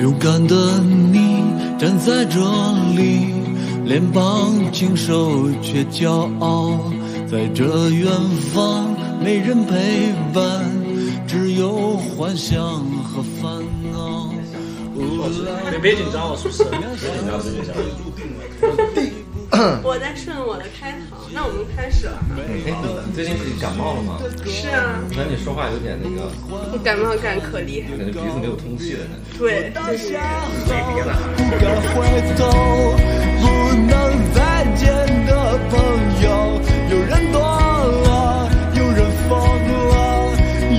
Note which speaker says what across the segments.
Speaker 1: 勇敢的你站在这里，脸庞清瘦却骄傲，在这远方没人陪伴，只有幻想和烦恼。无
Speaker 2: 别
Speaker 1: 奈
Speaker 2: 别紧张，我是不是？
Speaker 3: 紧张，别紧张。
Speaker 4: 我在顺我的开头，那我们开始了。
Speaker 3: 哎，你最近是感冒了吗？
Speaker 4: 是啊，
Speaker 3: 我感觉你说话有点那个，
Speaker 4: 我感冒感可厉害
Speaker 3: 感
Speaker 4: 了。
Speaker 3: 觉鼻子没有通气的感觉。
Speaker 4: 对，就是
Speaker 1: 不敢回头，不能再见的朋友，有人多了，有人疯了，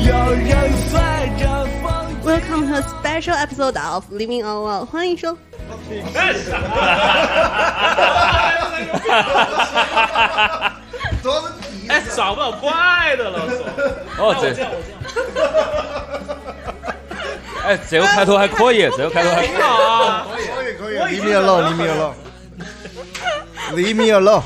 Speaker 1: 有人随着风。
Speaker 4: Welcome to a special episode of Living on Love，欢迎收。
Speaker 2: 哎，找不到快的了，
Speaker 5: 啊
Speaker 6: 哦，
Speaker 2: 我这样
Speaker 6: 这
Speaker 2: 我这样，
Speaker 6: 哎，这个开头还可以，这个开头
Speaker 5: 哎
Speaker 6: 还
Speaker 2: 挺好啊。
Speaker 7: 可以可以，Leave me alone，Leave me alone，Leave me alone。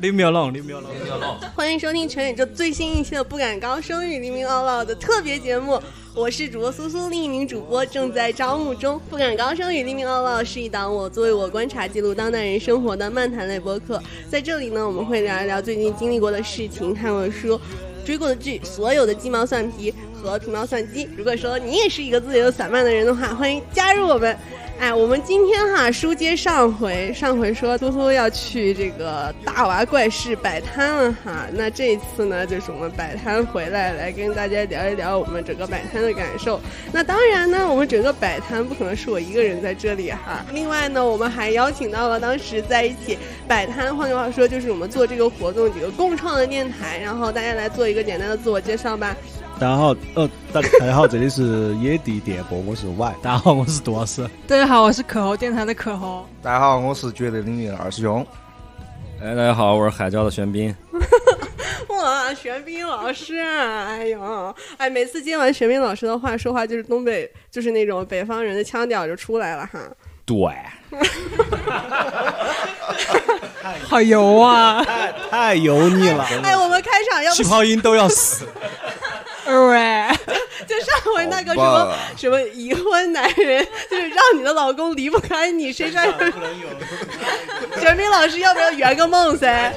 Speaker 2: Leave me alone，Leave me alone。
Speaker 4: 欢迎收听全宇宙最新一期的《不敢高声语》黎明 all out 的特别节目，我是主播苏苏，另一名主播正在招募中。《不敢高声语》黎明 all out 是一档我作为我观察记录当代人生活的漫谈类播客，在这里呢，我们会聊一聊最近经历过的事情、看过的书。追过的剧，所有的鸡毛蒜皮和皮毛蒜鸡。如果说你也是一个自由散漫的人的话，欢迎加入我们。哎，我们今天哈书接上回，上回说苏苏要去这个大娃怪市摆摊了哈，那这一次呢，就是我们摆摊回来，来跟大家聊一聊我们整个摆摊的感受。那当然呢，我们整个摆摊不可能是我一个人在这里哈。另外呢，我们还邀请到了当时在一起摆摊，换句话说就是我们做这个活动几个共创的电台，然后大家来做一个简单的自我介绍吧。
Speaker 5: 大家好，呃，大大家好，这里是野地电波，我是 Y。
Speaker 2: 大家好，我是杜老师。
Speaker 8: 大家好，我是可猴电台的可猴。
Speaker 7: 大家好，我是绝对领域的二师兄。
Speaker 6: 哎，大家好，我是海椒的玄彬。
Speaker 4: 哇，玄彬老师啊，哎呦，哎，每次接完玄彬老师的话，说话就是东北，就是那种北方人的腔调就出来了哈。
Speaker 6: 对，
Speaker 8: 好油啊！
Speaker 5: 太太油腻了，
Speaker 4: 哎，我们开场要不
Speaker 5: 啊气泡音都要死。
Speaker 8: 喂，
Speaker 4: 就上回那个什
Speaker 7: 好
Speaker 4: 么
Speaker 7: 吧
Speaker 4: 什么已婚男人，就是让你的老公离不开你，谁 在？玄彬老师，要不要圆个梦噻？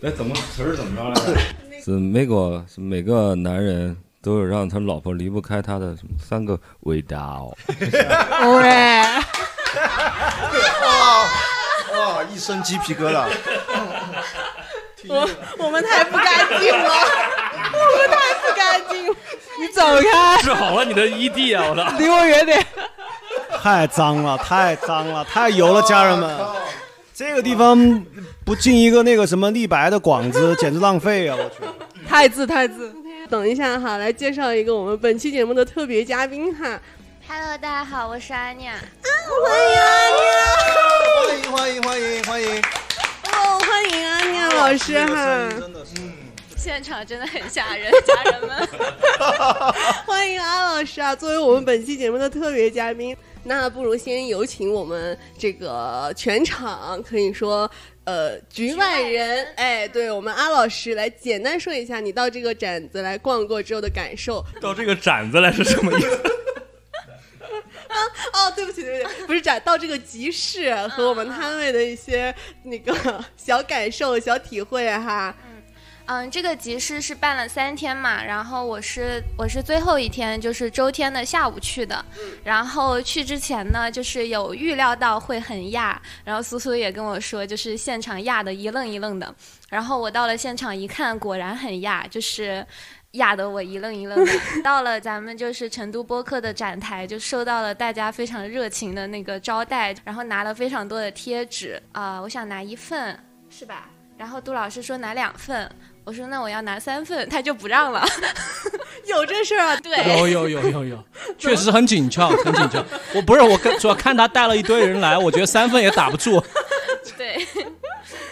Speaker 3: 那哎怎么词儿怎么着来着？
Speaker 6: 是美国是每个男人都有让他老婆离不开他的什么三个味道。
Speaker 8: 喂，
Speaker 9: 啊
Speaker 7: 哇，一身鸡皮疙 瘩。
Speaker 4: 我我们太不干净了，我们太不干净了。
Speaker 8: 你走开，
Speaker 6: 治好了你的 ED 啊！我操，
Speaker 8: 离我远点。
Speaker 5: 太脏了，太脏了，太油了，家人们。这个地方不进一个那个什么立白的广 子，简直浪费啊！我去，
Speaker 8: 太子，太子，
Speaker 4: 等一下哈，来介绍一个我们本期节目的特别嘉宾哈，
Speaker 10: Hello，大家好，我是安妮。
Speaker 4: 欢迎安
Speaker 7: 欢迎欢迎欢迎欢迎！
Speaker 4: 妞，哦，欢迎安妞老师哈，
Speaker 10: 现场真的很吓人，家人们。
Speaker 4: 欢迎安老师啊，作为我们本期节目的特别嘉宾，那不如先有请我们这个全场可以说。呃，局外
Speaker 10: 局外
Speaker 4: 人
Speaker 10: 人，
Speaker 6: 啊
Speaker 4: 哎，对我们阿老师来简单说一下你到这个展子来逛过之后的感受。
Speaker 6: 到这个展子来是什么意思？
Speaker 4: 哦，对不起，对不起，不是展，到这个集市和我们摊位的一些那个小感受、小体会哈。
Speaker 10: 嗯，这个集市是办了三天嘛，然后我是我是最后一天，就是周天的下午去的。然后去之前呢，就是有预料到会很压，然后苏苏也跟我说，就是现场压的一愣一愣的。然后我到了现场一看，果然很压，就是。压得我一愣一 愣的。到了咱们就是成都播客的展台，就受到了大家非常热情的那个招待，然后拿了非常多的贴纸啊、我想拿一份，是吧？然后杜老师说拿两份，我说那我要拿三份，他就不让了。
Speaker 4: 有这事儿啊？
Speaker 10: 对，
Speaker 2: 有有有有，确实很紧俏，很紧俏。我不是我跟主要看他带了一堆人来，我觉得三分也打不住。
Speaker 10: 对，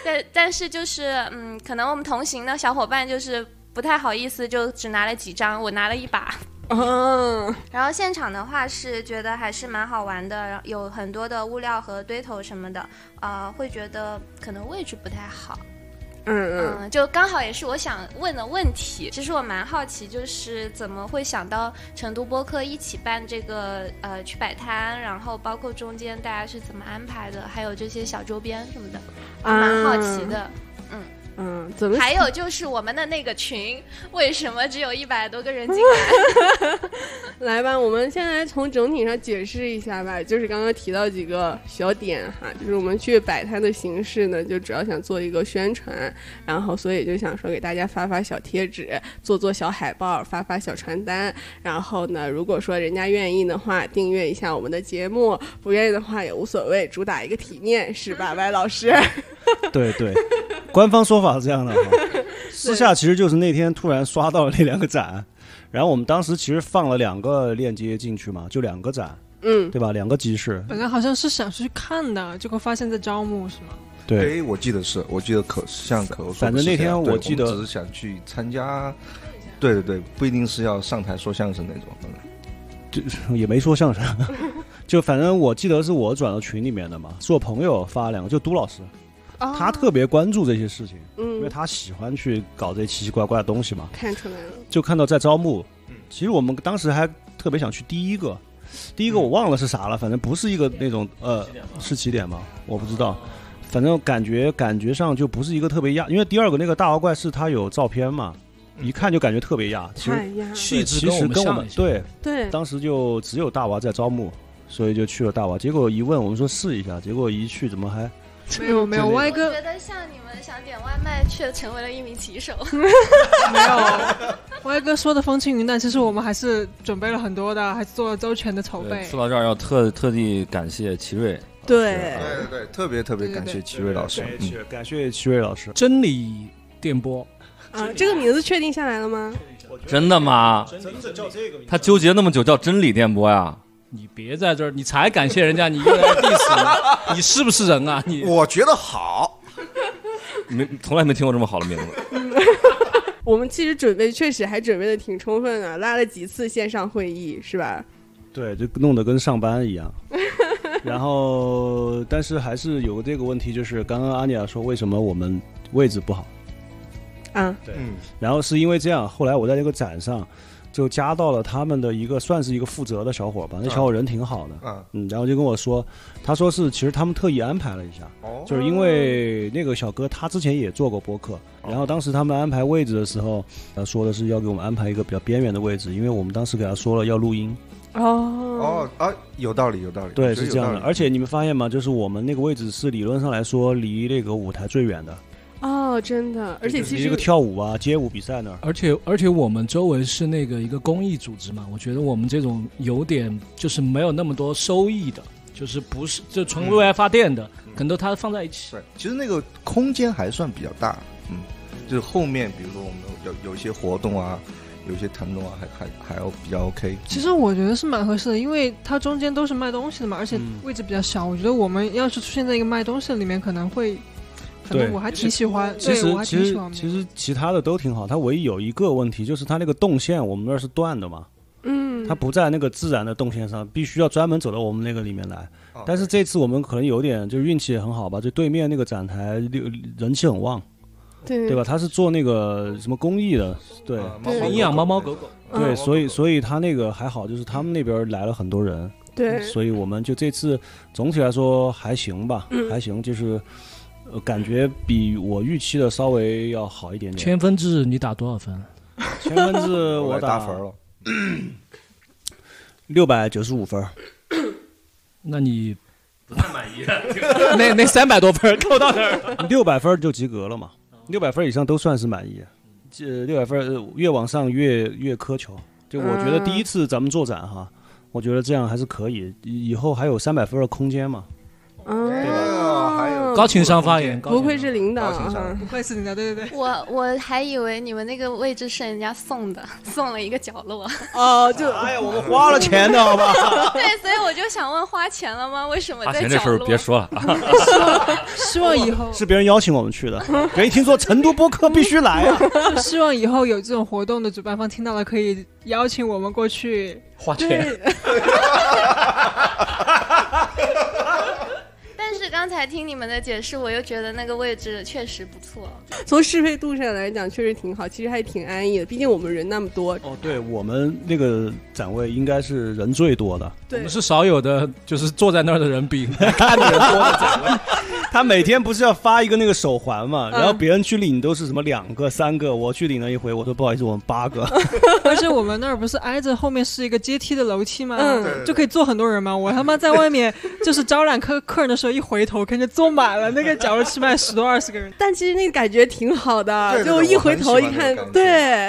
Speaker 10: 但但是就是嗯，可能我们同行的小伙伴就是不太好意思，就只拿了几张，我拿了一把。
Speaker 4: 嗯，
Speaker 10: 然后现场的话是觉得还是蛮好玩的，然后有很多的物料和堆头什么的，呃，会觉得可能位置不太好，
Speaker 4: 嗯嗯，
Speaker 10: 嗯，就刚好也是我想问的问题。其实我蛮好奇，就是怎么会想到成都播客一起办这个呃去摆摊，然后包括中间大家是怎么安排的，还有这些小周边什么的，我蛮好奇的。
Speaker 4: 嗯，怎么
Speaker 10: 还有就是我们的那个群，为什么只有一百多个人进来？
Speaker 4: 来吧？我们先来从整体上解释一下吧，就是刚刚提到几个小点哈，就是我们去摆摊的形式呢，就主要想做一个宣传，然后所以就想说给大家发发小贴纸，做做小海报，发发小传单，然后呢，如果说人家愿意的话，订阅一下我们的节目；不愿意的话也无所谓，主打一个体面，是 吧，歪老师？
Speaker 5: 对对，官方说法是这样 的哈，私下其实就是那天突然刷到了那两个展，然后我们当时其实放了两个链接进去嘛，就两个展，
Speaker 4: 嗯，
Speaker 5: 对吧？两个集市，
Speaker 8: 本来好像是想去看的，结果发现在招募是吗？
Speaker 5: 对，
Speaker 9: 哎，我记得是，我记得可像可我说的是这
Speaker 5: 反
Speaker 9: 样，
Speaker 5: 正那天
Speaker 9: 对
Speaker 5: 我
Speaker 9: 我
Speaker 5: 记得
Speaker 9: 们只是想去参加，对对对，不一定是要上台说相声那种，嗯
Speaker 5: 也没说相声，就反正我记得是我转到群里面的嘛，是我朋友发两个，就都老师，他特别关注这些事情，因为
Speaker 4: 哦嗯，
Speaker 5: 他喜欢去搞这些奇奇怪怪的东西嘛，
Speaker 4: 看出来了，
Speaker 5: 就看到在招募。其实我们当时还特别想去第一个，第一个我忘了是啥了，反正不是一个那种呃嗯是起点吗？嗯我不知道，反正感觉感觉上就不是一个特别亚，因为第二个那个大妖怪是他有照片嘛，一看就感觉特别亚。其
Speaker 4: 太
Speaker 5: 实
Speaker 4: 呀，
Speaker 2: 气质
Speaker 5: 其
Speaker 2: 跟我
Speaker 5: 实嗯
Speaker 2: 们
Speaker 5: 跟我
Speaker 2: 像
Speaker 5: 们
Speaker 2: 一些，
Speaker 5: 对
Speaker 4: 对，
Speaker 5: 当时就只有大娃在招募，所以就去了大娃。结果一问我们说试一下，结果一去怎么还
Speaker 8: 没有没有， 歪
Speaker 10: 我
Speaker 8: 哥
Speaker 10: 觉得像你们想点外卖，却成为了一名骑手。
Speaker 8: 没有，歪哥说的风轻云淡，其实我们还是准备了很多的，还是做了周全的筹
Speaker 6: 对
Speaker 8: 备
Speaker 6: 说。到这儿要特特地感谢齐瑞，
Speaker 4: 对，
Speaker 9: 对对对，特别特别感谢齐瑞老师，嗯
Speaker 5: 感谢齐瑞老师。
Speaker 2: 真理电波，
Speaker 4: 啊，这个名字确定下来了吗？
Speaker 6: 真的吗？
Speaker 5: 真的叫这个名
Speaker 6: 他纠结那么久叫真理电波呀？
Speaker 2: 你别在这儿，你才感谢人家，你又来 diss 我你是不是 人啊？你
Speaker 9: 我觉得好，
Speaker 6: 没从来没听过这么好的名字。
Speaker 4: 我们其实准备确实还准备的挺充分的，拉了几次线上会议，是吧？
Speaker 5: 对，就弄得跟上班一样。 然后，但是还是有这个问题，就是刚刚阿尼亚说为什么我们位置不好，
Speaker 4: 啊，
Speaker 9: 嗯，
Speaker 5: 然后是因为这样，后来我在这个展上就加到了他们的一个算是一个负责的小伙吧，那小伙人挺好的，
Speaker 9: 啊
Speaker 5: 嗯，然后就跟我说，他说是其实他们特意安排了一下，
Speaker 9: 哦
Speaker 5: 就是因为那个小哥他之前也做过播客，然后当时他们安排位置的时候，他说的是要给我们安排一个比较边缘的位置，因为我们当时给他说了要录音，
Speaker 4: 哦，
Speaker 9: 哦啊，有道理有道理，
Speaker 5: 对，
Speaker 9: 我觉得
Speaker 5: 是这样的。
Speaker 9: 有道理嗯
Speaker 5: 而且你们发现吗？就是我们那个位置是理论上来说离那个舞台最远的，
Speaker 4: 哦，真的，而且其
Speaker 5: 离那
Speaker 4: 实
Speaker 5: 个跳舞啊、街舞比赛那儿，
Speaker 2: 而且而且我们周围是那个一个公益组织嘛，我觉得我们这种有点就是没有那么多收益的，就是不是就纯为爱发电的，可能都它放在一起。
Speaker 9: 对，其实那个空间还算比较大，嗯，就是后面比如说我们有有有一些活动啊，有一些谈论啊，还还还要比较 OK。
Speaker 8: 其实我觉得是蛮合适的，因为它中间都是卖东西的嘛，而且
Speaker 5: 嗯
Speaker 8: 位置比较小。我觉得我们要是出现在一个卖东西的里面，可能会，可
Speaker 5: 对
Speaker 8: 能我还挺喜欢，
Speaker 5: 其
Speaker 8: 对，
Speaker 5: 实
Speaker 8: 我还
Speaker 5: 其
Speaker 8: 挺喜
Speaker 5: 实
Speaker 8: 欢的。
Speaker 5: 其实其他的都挺好，它唯一有一个问题就是它那个动线我们那儿是断的嘛，
Speaker 4: 嗯
Speaker 5: 它，不在那个自然的动线上，必须要专门走到我们那个里面来。
Speaker 9: 哦
Speaker 5: 但是这次我们可能有点就运气也很好吧，就对面那个展台六人气很旺，
Speaker 4: 对
Speaker 8: 嗯
Speaker 5: 对吧？？他是做那个什么公益的，对。
Speaker 9: 啊
Speaker 4: 对
Speaker 2: 营养猫猫狗狗，
Speaker 4: 嗯
Speaker 5: 对，所以所以他那个还好，就是他们那边来了很多人，
Speaker 4: 对，
Speaker 5: 嗯所以我们就这次总体来说还行吧，还行，就是呃感觉比我预期的稍微要好一点点。
Speaker 2: 千分制你打多少分？
Speaker 5: 千分 制
Speaker 9: 我
Speaker 5: 我
Speaker 9: 来
Speaker 5: 打
Speaker 9: 打分了，
Speaker 5: 六百九十五分儿，
Speaker 2: 那你不 太满意，那啊那三百多分儿扣到那儿。
Speaker 5: 六百分儿就及格了嘛，六百分儿以上都算是满意。这六百分儿呃越往上越越苛求，就我觉得第一次咱们做展哈，我觉得这样还是可以，以以后还有三百分儿的空间嘛。
Speaker 4: 哦，
Speaker 9: 啊还有
Speaker 2: 高情商发言，高情
Speaker 4: 不
Speaker 2: 商
Speaker 4: 愧是领导
Speaker 9: 哎高情商
Speaker 4: 啊！
Speaker 8: 不愧是你的，对 对对。
Speaker 10: 我我还以为你们那个位置是人家送的， 送了一个角落。
Speaker 4: 哦，就
Speaker 5: 哎呀，我们花了钱的好吧？
Speaker 10: 对，所以我就想问，花钱了吗？为什么
Speaker 6: 花
Speaker 10: 在
Speaker 6: 钱这
Speaker 10: 角
Speaker 6: 事儿
Speaker 10: 落？
Speaker 6: 别说了啊！
Speaker 8: 希望以后
Speaker 5: 是别人邀请我们去的，别人一听说成都播客必须来啊，
Speaker 8: 希望以后有这种活动的主办方听到了，可以邀请我们过去。
Speaker 2: 花钱，
Speaker 10: 但是是刚才听你们的解释，我又觉得那个位置确实不错。
Speaker 4: 从适配度上来讲，确实挺好，其实还挺安逸的。毕竟我们人那么多，
Speaker 5: 哦，对我们那个展位应该是人最多的，
Speaker 4: 对我
Speaker 2: 们是少有的，就是坐在那儿的人比看的人多的展位。
Speaker 5: 他每天不是要发一个那个手环嘛，
Speaker 8: 嗯
Speaker 5: 然后别人去领都是什么两个、三个，我去领了一回，我说不好意思，我们八 个。
Speaker 8: 而且我们那儿不是挨着后面是一个阶梯的楼梯吗？
Speaker 5: 嗯对对对
Speaker 8: 就可以坐很多人嘛。我他妈在外面 就是招揽客客人的时候，一回头看见坐满了，那个角落起码十多二十个人。
Speaker 4: 但其实那个感觉挺好的，
Speaker 8: 对对
Speaker 4: 就
Speaker 8: 对
Speaker 4: 一
Speaker 8: 我
Speaker 4: 回
Speaker 8: 很
Speaker 4: 头
Speaker 8: 喜
Speaker 4: 一
Speaker 8: 欢
Speaker 4: 看
Speaker 8: 那个，
Speaker 4: 对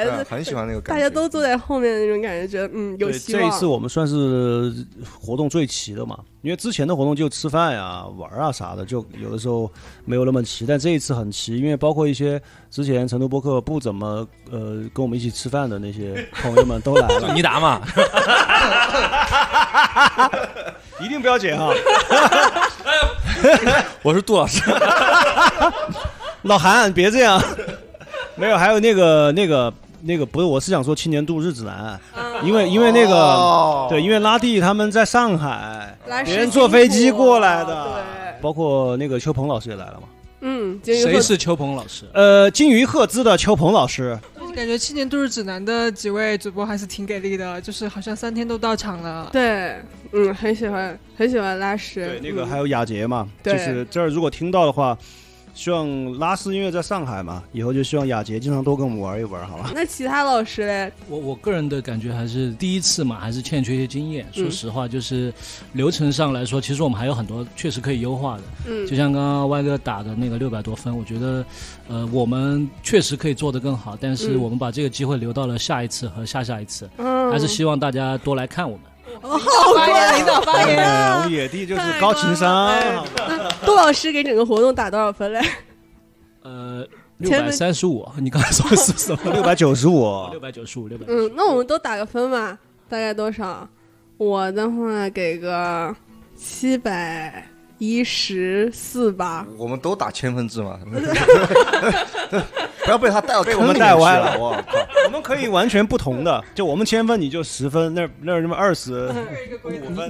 Speaker 9: 嗯，很喜欢那个感
Speaker 4: 大家都坐在后面的那种感觉，觉得嗯有
Speaker 5: 对，
Speaker 4: 希
Speaker 5: 这
Speaker 4: 望。
Speaker 5: 一次我们算是活动最齐的嘛，因为之前的活动就吃饭呀、玩啊啥的，就有的时候没有那么齐，但这一次很齐，因为包括一些之前成都播客不怎么呃跟我们一起吃饭的那些朋友们都来了，
Speaker 11: 就尼达嘛，
Speaker 5: 一定不要剪哈，
Speaker 11: 我是杜老 师，
Speaker 5: 老韩别这样， 没有，还有那个那个。那个不是，我是想说青年度日指南，
Speaker 4: 嗯
Speaker 5: 因为因为那个、对，因为拉蒂他们在上海，
Speaker 4: 来
Speaker 5: 别
Speaker 4: 是
Speaker 5: 人
Speaker 4: 辛
Speaker 5: 坐飞机
Speaker 4: 苦
Speaker 5: 过
Speaker 4: 了
Speaker 5: 来的，包括那个邱鹏老师也来了嘛，
Speaker 4: 嗯，
Speaker 8: 金鱼
Speaker 2: 谁
Speaker 8: 鹤
Speaker 2: 是邱鹏老师？
Speaker 5: 呃，金鱼赫兹的邱鹏老师，
Speaker 8: 感觉七年都市指南的几位主播还是挺给力的，就是好像三天都到场了。
Speaker 4: 对，嗯，很喜欢，很喜欢拉屎。对，嗯
Speaker 5: 那个还有雅洁嘛，
Speaker 4: 对
Speaker 5: 就是这儿如果听到的话，希望拉丝音乐在上海嘛，以后就希望雅洁经常多跟我们玩一玩，好吧？
Speaker 4: 那其他老师嘞？
Speaker 2: 我我个人的感觉还是第一次嘛，还是欠缺一些经验。
Speaker 4: 嗯
Speaker 2: 说实话，就是流程上来说，其实我们还有很多确实可以优化的。
Speaker 4: 嗯
Speaker 2: 就像刚刚歪哥打的那个六百多分，我觉得，呃，我们确实可以做得更好，但是
Speaker 4: 嗯
Speaker 2: 我们把这个机会留到了下一次和下下一次，
Speaker 4: 嗯
Speaker 2: 还是希望大家多来看我们。
Speaker 4: 哦，好
Speaker 8: 发言
Speaker 4: 棒
Speaker 8: 领导发言
Speaker 5: 哎我们野地就是高情商，
Speaker 4: 啊杜老师给整个活动打多少分嘞？
Speaker 2: 呃，六
Speaker 4: 前
Speaker 2: 百
Speaker 4: 面
Speaker 2: 三十五，你刚才说是什么？
Speaker 5: 六百九十五，
Speaker 2: 六百九十五，六百。
Speaker 4: 嗯，那我们都打个分吧，大概多少？我的话给个七百一十四吧。
Speaker 9: 我们都打千分 制嘛，不要被他带到
Speaker 5: 被
Speaker 9: 坑
Speaker 5: 我们
Speaker 9: 里面去
Speaker 5: 带歪
Speaker 9: 了，
Speaker 5: 了，
Speaker 9: 我靠！
Speaker 5: 我们可以完全不同的，就我们千分你就十分，那儿那儿什么二十，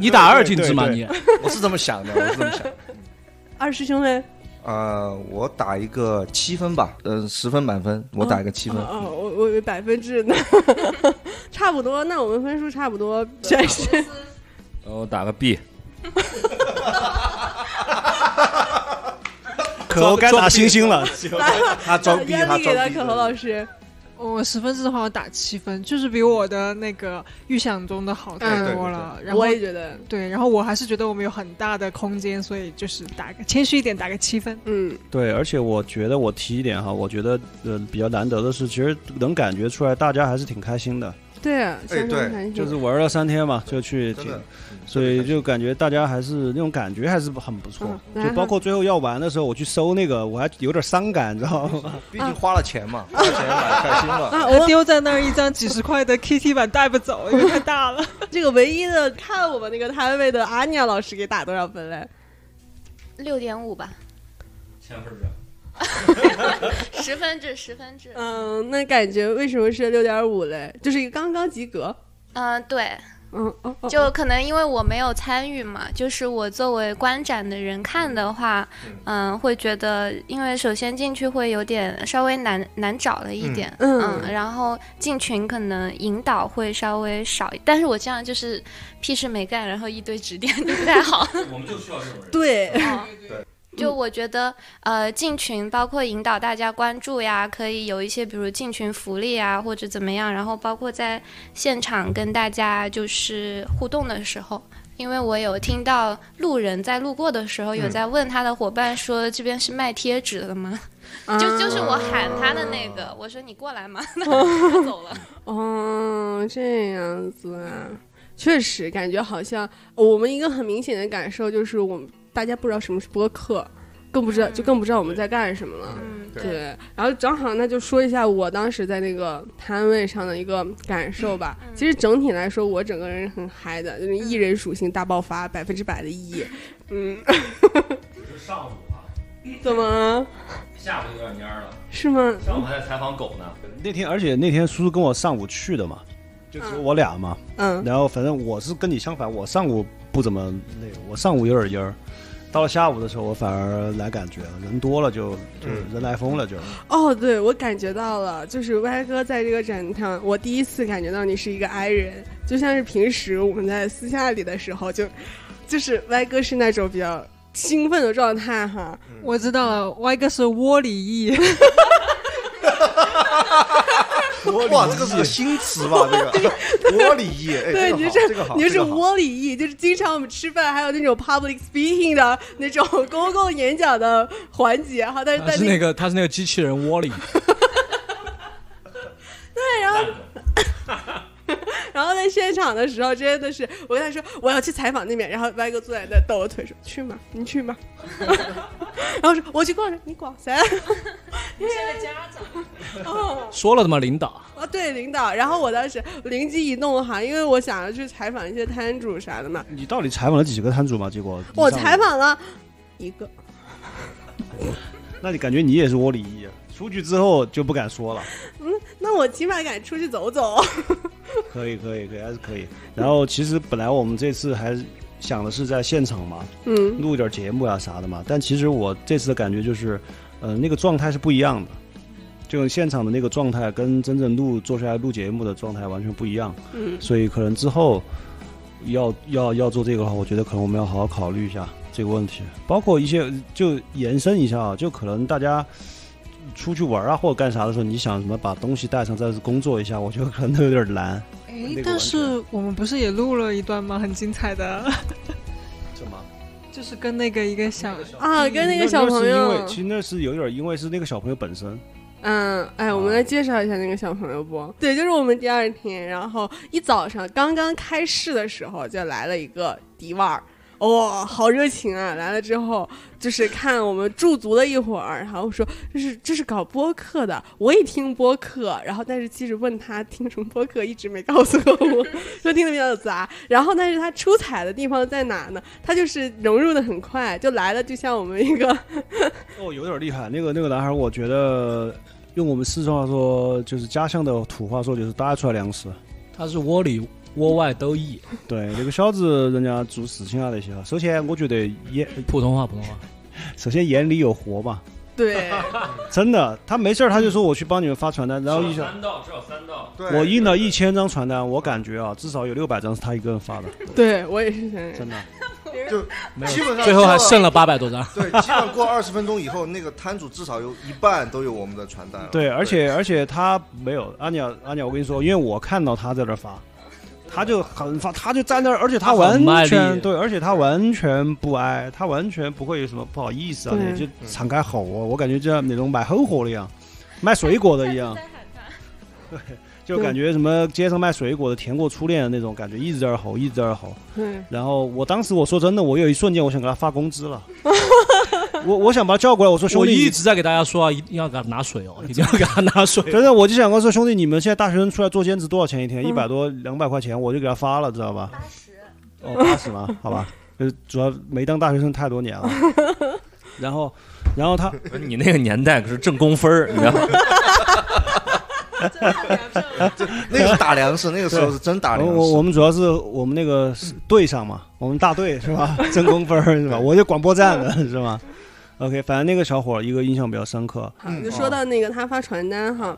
Speaker 9: 你打二进
Speaker 5: 制
Speaker 9: 制
Speaker 5: 嘛
Speaker 9: 嘛
Speaker 5: 你
Speaker 9: 我是这么想的，我是这么想。
Speaker 4: 二师兄嘞？
Speaker 9: 呃，我打一个七分吧，嗯、呃，十分满分，我打一个
Speaker 2: 嗯
Speaker 9: 七分。
Speaker 4: 哦，我我以为百分制呢， 差不多。那我们分数差不多，全是
Speaker 6: 呃我打个 B。
Speaker 5: 可我该打星星了，他装逼，
Speaker 4: 压
Speaker 5: 他
Speaker 4: 力给到
Speaker 5: 装逼
Speaker 4: 可。侯老师。
Speaker 8: 我十分制的话，我打七分，就是比我的那个预想中的好太多了。
Speaker 4: 嗯
Speaker 8: 然后
Speaker 4: 我也觉得
Speaker 8: 对，然后我还是觉得我们有很大的空间，所以就是打个谦虚一点，打个七分。
Speaker 4: 嗯，
Speaker 5: 对，而且我觉得我提一点哈，我觉得呃比较难得的是，其实能感觉出来大家还是挺开心的。
Speaker 4: 对啊，
Speaker 9: 哎
Speaker 4: 相
Speaker 9: 对
Speaker 4: 当开
Speaker 5: 就是
Speaker 4: 心。
Speaker 5: 玩了三天嘛，就去
Speaker 9: 真的
Speaker 5: 挺所以就感觉大家还是那种感觉还是很不错。
Speaker 4: 嗯
Speaker 5: 就包括最后要玩的时候，我去搜那个，我还有点伤感，你知道吗？
Speaker 9: 毕竟花了钱嘛，花了钱买开 心
Speaker 4: 啊
Speaker 9: 了。
Speaker 8: 还丢在那儿一张几十块的 KT 版带不走，因为太大了。
Speaker 4: 这个唯一的看我们那个摊位的阿尼亚老师给打多少分嘞？
Speaker 10: 六点五吧，
Speaker 3: 千分
Speaker 10: 十分制，十分制。
Speaker 4: 嗯，那感觉为什么是六点五嘞？就是一个刚刚及格。
Speaker 10: 嗯，对，
Speaker 4: 嗯哦 哦，
Speaker 10: 就可能因为我没有参与嘛，就是我作为观展的人看的话，嗯，会觉得，因为首先进去会有点稍微难难找了一点，
Speaker 4: 嗯
Speaker 10: 嗯然后进群可能引导会稍微少，一，但是我这样就是屁事没干，然后一堆指点就不太好。
Speaker 3: 我们就需要这种人。
Speaker 4: 对
Speaker 3: 对。
Speaker 10: 就我觉得，呃，进群包括引导大家关注呀，可以有一些比如进群福利啊，或者怎么样，然后包括在现场跟大家就是互动的时候。因为我有听到路人在路过的时候，有
Speaker 12: 嗯
Speaker 10: 在问他的伙伴说：“这边是卖贴纸的吗？”
Speaker 4: 啊
Speaker 10: 就就是我喊他的那个，我说：“你过来嘛。”那 他走了。
Speaker 4: 哦，这样子啊，确实感觉好像我们一个很明显的感受就是，我们大家不知道什么是播客，更不知道、就更不知道我们在干什么了。
Speaker 10: 嗯对
Speaker 4: 对，然后正好那就说一下我当时在那个摊位上的一个感受吧。其实整体来说，我整个人很嗨的，就是艺人属性大爆发，百分之百的艺。嗯，
Speaker 3: 上午啊，
Speaker 4: 怎么啊
Speaker 3: 下午就有点蔫儿了。
Speaker 4: 是吗？
Speaker 3: 上午还在采访狗呢。
Speaker 5: 那天，而且那天叔叔跟我上午去的嘛，就只有我俩嘛。
Speaker 4: 嗯
Speaker 5: 然后反正我是跟你相反，我上午不怎么那个，我上午有点阴儿。到了下午的时候，我反而来感觉了，人多了就就
Speaker 4: 嗯
Speaker 5: 人来疯了就。
Speaker 4: 哦，对，我感觉到了，就是歪哥在这个展上，我第一次感觉到你是一个 I 人，就像是平时我们在私下里的时候就，就是歪哥是那种比较兴奋的状态哈。
Speaker 8: 我知道了，歪哥是窝里异。
Speaker 7: 哇，这个是个新词吧？这个窝里异，哎，
Speaker 4: 对，
Speaker 7: 这
Speaker 4: 你
Speaker 7: 个
Speaker 4: 就
Speaker 7: 好，
Speaker 4: 是、
Speaker 7: 这个好，
Speaker 4: 你就
Speaker 7: 这
Speaker 4: 是
Speaker 7: 个好。
Speaker 4: 窝里异，就是经常我们吃饭还有那种 public speaking 的那种公共演讲的环节哈，但是
Speaker 2: 他
Speaker 4: 在
Speaker 2: 啊是那个他是那个机器人窝里，
Speaker 4: 对，然后。然后在现场的时候，真的是我跟他说我要去采访那边，然后歪哥坐在那抖我腿说去嘛，你去 嘛，然后我说我去逛着，你逛谁？你是个家长。 哦，
Speaker 2: 说了他妈领导，
Speaker 4: 哦对，领导。然后我当时灵机一动哈，因为我想要去采访一些摊主啥的嘛，
Speaker 5: 你到底采访了几个摊主嘛？结果
Speaker 4: 我
Speaker 5: 你上
Speaker 4: 采，访了一个，
Speaker 5: 那你感觉你也是窝里异啊，出去之后就不敢说了。
Speaker 4: 嗯，那我起码敢出去走走。
Speaker 5: 可以，可以，可以，还是可以。然后其实本来我们这次还想的是在现场嘛，
Speaker 4: 嗯
Speaker 5: 录点节目呀、啥的嘛。但其实我这次的感觉就是，呃，那个状态是不一样的，这种现场的那个状态跟真正录做出来录节目的状态完全不一样。
Speaker 4: 嗯
Speaker 5: 所以可能之后要要要做这个的话，我觉得可能我们要好好考虑一下这个问题，包括一些就延伸一下啊，就可能大家。出去玩啊，或者干啥的时候，你想什么把东西带上，再工作一下，我觉得可能都有点难。
Speaker 8: 哎，但是我们不是也录了一段吗？很精彩的，
Speaker 5: 什么？
Speaker 8: 就是跟那个一个小
Speaker 4: 啊跟那个小朋友
Speaker 5: 那是因为其实那是有点，因为是那个小朋友本身，
Speaker 4: 嗯，哎，我们来介绍一下那个小朋友不？对，就是我们第二天，然后一早上刚刚开市的时候，就来了一个迪腕儿，哇、好热情啊！来了之后，就是看我们驻足了一会儿，然后说这是这是搞播客的，我也听播客，然后但是其实问他听什么播客，一直没告诉过我， 说听的比较杂。然后但是他出彩的地方在哪呢？他就是融入的很快，就来了，就像我们一个
Speaker 5: 哦，有点厉害。那个那个男孩，我觉得用我们四川话说，就是家乡的土话说，就是搭出来粮食。
Speaker 2: 他是窝里窝外都异。
Speaker 5: 对，那个小子人家做事情啊那些啊，首先我觉得眼
Speaker 2: 普通话普通话，
Speaker 5: 首先眼里有活嘛，
Speaker 4: 对，
Speaker 5: 真的，他没事儿他就说我去帮你们发传单，然后一想
Speaker 3: 三道至少三道，
Speaker 5: 我印了一千张传单，我感觉啊，至少有六百张是他一个人发的，
Speaker 4: 对我也是想
Speaker 5: 真的。
Speaker 7: 就
Speaker 5: 没有
Speaker 7: 基本上
Speaker 2: 最后还剩了
Speaker 7: 八。
Speaker 2: 八百多张。
Speaker 7: 对，基本过二十分钟以后，那个摊主至少有一半都有我们的传单了。
Speaker 5: 对，而且而且他没有阿鸟阿鸟，我跟你说，因为我看到他在那儿发，他就很发，他就站那儿，而且他
Speaker 2: 他很
Speaker 5: 完
Speaker 2: 卖力
Speaker 5: 全对，而且他完全不挨，他完全不会有什么不好意思啊，
Speaker 4: 对
Speaker 5: 那就敞开吼我，我感觉就像那种买篝火的一样，卖水果的一样，对，就感觉什么街上卖水果的甜过初恋的那种感觉，一直在那儿吼，一直在那儿吼。
Speaker 4: 对，
Speaker 5: 然后我当时我说真的，我有一瞬间我想给他发工资了，我我想把他叫过来，我说兄
Speaker 2: 我
Speaker 5: 弟，
Speaker 2: 一直在给大家说啊，一定要给他拿水哦，一定要给他拿水。
Speaker 5: 真的，我就想跟他说，兄弟，你们现在大学生出来做兼职多少钱一天？
Speaker 2: 嗯
Speaker 5: 一百多、两百块钱，我就给他发了，知道吧？八十。哦，八十嘛，好 吧，就是主要没当大学生太多年 了。然后，然后他，
Speaker 6: 你那个年代可是挣工分儿，你知道吗？
Speaker 7: 那个是打粮食，那个时候是真打粮食。
Speaker 5: 我我我们主要是我们那个是队上嘛，我们大队是吧？ 争功分儿是吧？我就广播站的是吧？OK，反正那个小伙儿一个印象比较深刻。
Speaker 4: 好，
Speaker 7: 嗯
Speaker 4: 就说到那个他发传单哈，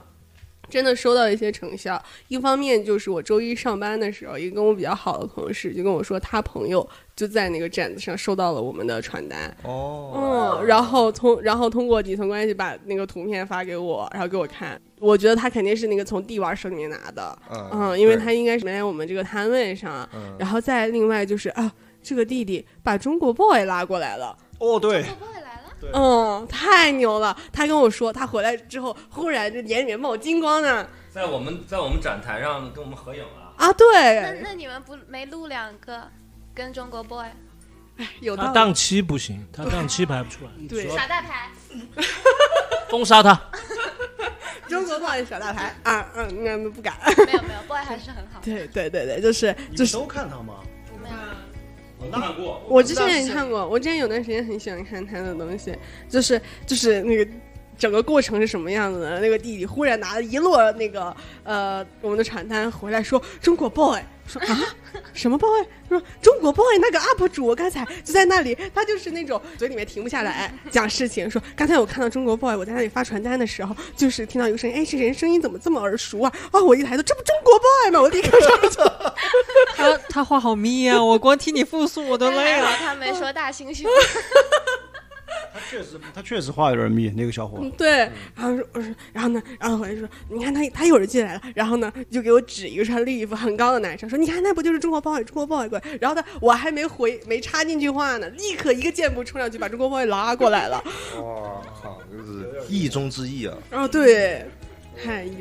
Speaker 4: 真的收到一些成效。一方面就是我周一上班的时候，一个跟我比较好的同事就跟我说，他朋友就在那个站子上收到了我们的传单。
Speaker 7: 哦，
Speaker 4: 嗯，然后通然后通过底层关系把那个图片发给我，然后给我看。我觉得他肯定是那个从地玩手里面拿的，
Speaker 7: 嗯
Speaker 4: 因为
Speaker 7: 对
Speaker 4: 他应该是没来我们这个摊位上。
Speaker 7: 嗯
Speaker 4: 然后再另外就是啊，这个弟弟把中国 boy 拉过来了。
Speaker 5: 哦，对，
Speaker 4: 嗯，太牛了！他跟我说，他回来之后忽然就眼里面冒金光呢。
Speaker 3: 在我们在我们展台上跟我们合影啊，
Speaker 4: 啊，对，
Speaker 10: 那那你们不没录两个跟中国 boy
Speaker 4: 有
Speaker 2: 他
Speaker 4: 道理。
Speaker 2: 档期不行，他档期排不出来，
Speaker 4: 对，
Speaker 10: 耍大牌？
Speaker 2: 封杀他。
Speaker 4: 中国话的小大牌啊，嗯，那不敢。
Speaker 10: 没有没有，boy 还是很好。
Speaker 4: 对对对对，就是就是。
Speaker 5: 都看他吗？
Speaker 3: 我看过，
Speaker 4: 我之前也看过，我之前有段时间很喜欢看他的东西，就是就是那个整个过程是什么样子的。那个弟弟忽然拿了一摞那个呃我们的传单回来说中国 boy，说啊，什么 boy？说中国 boy 那个 UP 主，我刚才就在那里，他就是那种嘴里面停不下来讲事情，说刚才我看到中国 boy，我在那里发传单的时候，就是听到一个声音，哎，这人声音怎么这么耳熟啊？啊，我一抬头，这不中国 boy 吗？我立刻上去了。
Speaker 8: 他他话好密啊，我光听你复述我都累
Speaker 10: 还 好
Speaker 8: 了。
Speaker 10: 他没说大猩猩。
Speaker 5: 确实，他确实话有点密，那个小伙。
Speaker 4: 嗯，对，然后说，我说，然后呢，然后回来说，你看他他一会儿就进来了，然后呢，就给我指一个穿绿衣服很高的男生，说，你看那不就是中国 boy，中国 boy 过来，然后他我还没回没插进去话呢，立刻一个箭步冲上去把中国 boy 拉过来了，
Speaker 9: 哇靠，就是意中之意啊！
Speaker 4: 然后对，太意。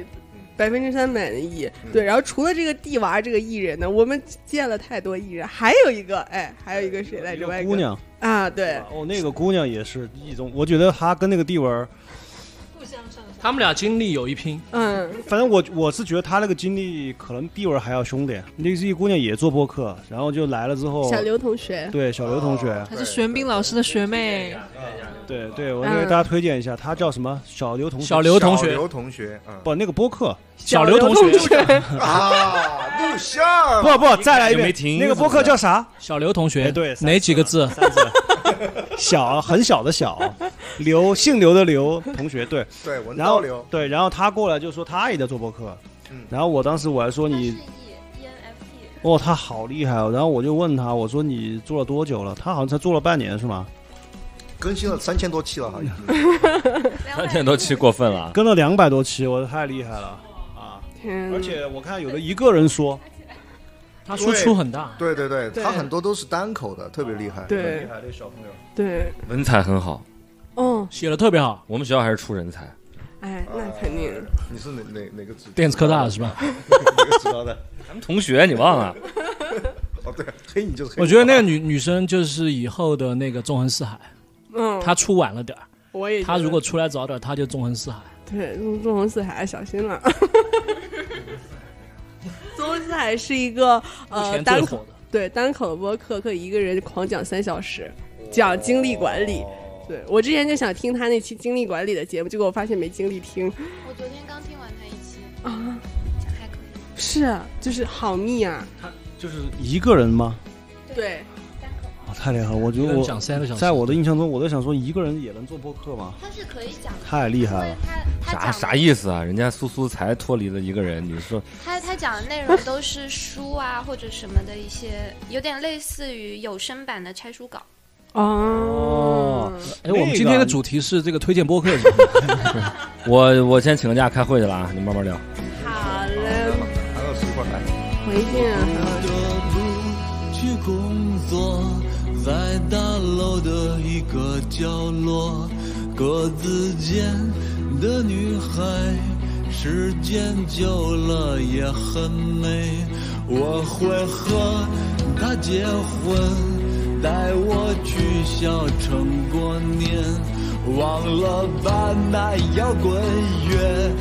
Speaker 4: 百分之三百的意，对，然后除了这个地娃这个艺人呢，我们见了太多艺人，还有一个，哎，还有一个谁来着？外
Speaker 5: 姑娘
Speaker 4: 啊，对，
Speaker 5: 哦，那个姑娘也是一种，我觉得她跟那个地位儿，
Speaker 2: 他们俩经历有一拼，
Speaker 4: 嗯，
Speaker 5: 反正我我是觉得她那个经历可能地位儿还要凶点。那个姑娘也做播客，然后就来了之后，
Speaker 4: 小刘同学，
Speaker 5: 对小刘同学，
Speaker 8: 她是玄彬老师的学妹，
Speaker 5: 对对，我那个
Speaker 4: 嗯
Speaker 5: 大家推荐一下，她叫什么？小刘同学，
Speaker 2: 小刘同学
Speaker 9: 小刘同学
Speaker 7: 嗯
Speaker 9: 啊
Speaker 5: 不，那个播客，
Speaker 2: 小刘同学，
Speaker 9: 啊，录像
Speaker 5: 不不，再来一
Speaker 2: 也没
Speaker 5: 遍
Speaker 2: 停，
Speaker 5: 那个播客叫啥？
Speaker 2: 小刘同学，
Speaker 5: 哎对三
Speaker 2: 哪几个字？
Speaker 5: 小很小的小，刘姓刘的刘同学，对，
Speaker 9: 对文
Speaker 5: 然后
Speaker 9: 道流，
Speaker 5: 对，然后他过来就说他也在做播客，
Speaker 9: 嗯
Speaker 5: 然后我当时我还说你
Speaker 10: E N F T，
Speaker 5: 哦，他好厉害哦！然后我就问他，我说你做了多久了？他好像才做了半年是吗？
Speaker 9: 更新了三千多期了哈，已经。
Speaker 6: 三千多期过分了啊，
Speaker 5: 跟了两百多期，我说太厉害了啊！
Speaker 4: 天
Speaker 5: 而且我看有的一个人说，
Speaker 2: 他输出很大，
Speaker 9: 对对对，
Speaker 4: 对
Speaker 9: 他很多都是单口的，特别厉害。
Speaker 4: 对
Speaker 5: 害的小朋友，
Speaker 4: 对，
Speaker 6: 文采很好，
Speaker 4: 哦，
Speaker 2: 写的特别好。
Speaker 6: 我们学校还是出人才。
Speaker 4: 哎，那肯定，
Speaker 5: 呃
Speaker 9: 你是哪哪哪个指？
Speaker 2: 电子科大是吧？
Speaker 9: 哪个指导的？
Speaker 6: 咱们同学，你忘了？
Speaker 9: 哦，对，黑你就是黑你。
Speaker 2: 我觉得那个女女生就是以后的那个纵横四海，
Speaker 4: 嗯，
Speaker 2: 她出晚了点儿，
Speaker 4: 我也觉
Speaker 2: 她
Speaker 4: 得
Speaker 2: 如果出来早点儿，她就纵横四海。
Speaker 4: 对，纵纵横四海，小心了。 纵横四海是一个
Speaker 2: 目
Speaker 4: 呃
Speaker 2: 前最
Speaker 4: 单
Speaker 2: 火
Speaker 4: 口
Speaker 2: 的，
Speaker 4: 对单口播客，可以一个人狂讲三小时，
Speaker 2: 哦
Speaker 4: 讲精力管理。对我之前就想听他那期精力管理的节目，结果我发现没精力听。
Speaker 10: 我昨天刚听完他一期，
Speaker 4: 啊，
Speaker 10: 讲还可以。
Speaker 4: 是啊，就是好密啊。
Speaker 5: 就是一个人吗？
Speaker 4: 对，
Speaker 5: 啊，太厉害了！我觉
Speaker 2: 一
Speaker 5: 得
Speaker 2: 个人
Speaker 5: 我
Speaker 2: 讲三个小时，
Speaker 5: 在我的印象中，我都想说一个人也能做播客吗？
Speaker 10: 他是可以讲的，
Speaker 5: 太厉害
Speaker 10: 因为
Speaker 5: 了！
Speaker 10: 他他
Speaker 6: 啥
Speaker 10: 讲
Speaker 6: 啥意思啊？人家苏苏才脱离了一个人，你说
Speaker 10: 他他讲的内容都是书啊或者什么的一些，有点类似于有声版的拆书稿。
Speaker 4: 哦，
Speaker 2: 哎，我们今
Speaker 5: 那
Speaker 2: 天
Speaker 5: 个
Speaker 2: 的主题是这个推荐 播客是吧，
Speaker 6: 我我先请个假开会去了啊，你慢慢聊。
Speaker 4: 好嘞，
Speaker 9: 啊还有十块来。
Speaker 4: 回见啊。
Speaker 1: 不得不去工作，在大楼的一个角落，格子间的女孩，时间久了也很美。我会和她结婚，带我去小城过年。忘了把那摇滚乐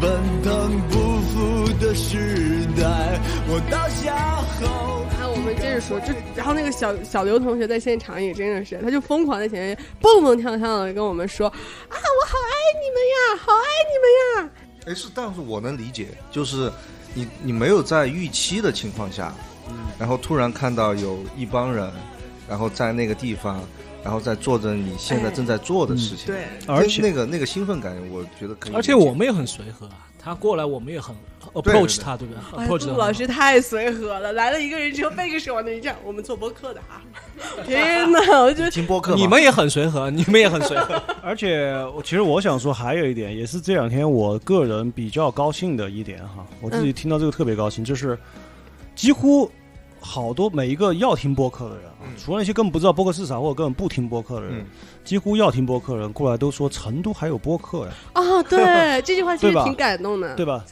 Speaker 1: 奔腾不复的时代，我倒下后。
Speaker 4: 然后我们接着说，就然后那个小小刘同学在现场也真的是，他就疯狂在前面蹦蹦跳跳的跟我们说啊，我好爱你们呀，好爱你们呀。
Speaker 9: 哎，是，但是我能理解，就是你你没有在预期的情况下，
Speaker 4: 嗯
Speaker 9: 然后突然看到有一帮人，然后在那个地方，然后在做着你现在正在做的事情，
Speaker 4: 嗯对，
Speaker 9: 那，
Speaker 5: 而且
Speaker 9: 那个那个兴奋感，我觉得可以理解。
Speaker 2: 而且我们也很随和啊，他过来我们也很
Speaker 9: 对
Speaker 2: approach 他，对不对
Speaker 9: 啊
Speaker 4: 哎，
Speaker 2: ？approach
Speaker 4: 杜
Speaker 2: 得
Speaker 4: 老
Speaker 2: 很
Speaker 4: 师太随和了，来了一个人之后背个手往那一站，我们做播客的 啊，天哪，我觉得
Speaker 9: 听播客
Speaker 2: 好，
Speaker 9: 嘛
Speaker 2: 你们也很随和，你 们也很随和。
Speaker 5: 而且我其实我想说，还有一点，也是这两天我个人比较高兴的一点哈，我自己听到这个特别高兴，就是几乎好多每一个要听播客的人啊，除了那些根本不知道播客是啥或者根本不听播客的人，
Speaker 9: 嗯
Speaker 5: 几乎要听播客的人过来都说成都还有播客呀，
Speaker 4: 啊，
Speaker 8: 哦
Speaker 4: 对，这句话其
Speaker 5: 对
Speaker 4: 实
Speaker 5: 吧
Speaker 4: 挺感动的，
Speaker 5: 对吧？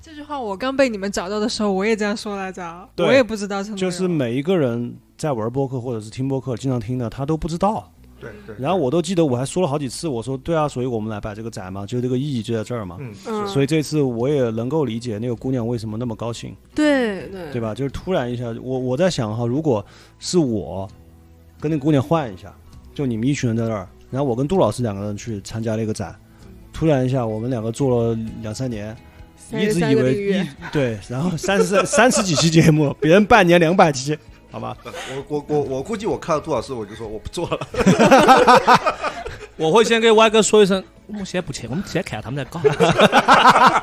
Speaker 8: 这句话我刚被你们找到的时候，我也这样说来着，
Speaker 5: 对
Speaker 8: 我也不知道成都有
Speaker 5: 就是每一个人在玩播客或者是听播客经常听的，他都不知道。
Speaker 9: 对对，
Speaker 5: 然后我都记得我还说了好几次，我说对啊，所以我们来摆这个展嘛，就这个意义就在这儿嘛。
Speaker 9: 嗯，
Speaker 4: 嗯，
Speaker 5: 所以这次我也能够理解那个姑娘为什么那么高兴。
Speaker 4: 对对
Speaker 5: 对吧？就是突然一下，我我在想哈，如果是我跟那姑娘换一下，就你们一群人在那儿，然后我跟杜老师两个人去参加了一个展，突然一下我们两个做了两三年，一直
Speaker 4: 33
Speaker 5: 以
Speaker 4: 个
Speaker 5: 为
Speaker 4: 订阅
Speaker 5: 一对，然后三十三十几期节目，别人半年两百期，好吧？
Speaker 9: 我我我我估计我看了多少次，我就说我不做了。
Speaker 2: 我会先跟歪哥说一声，我们先不切，我们直接砍他们再 告。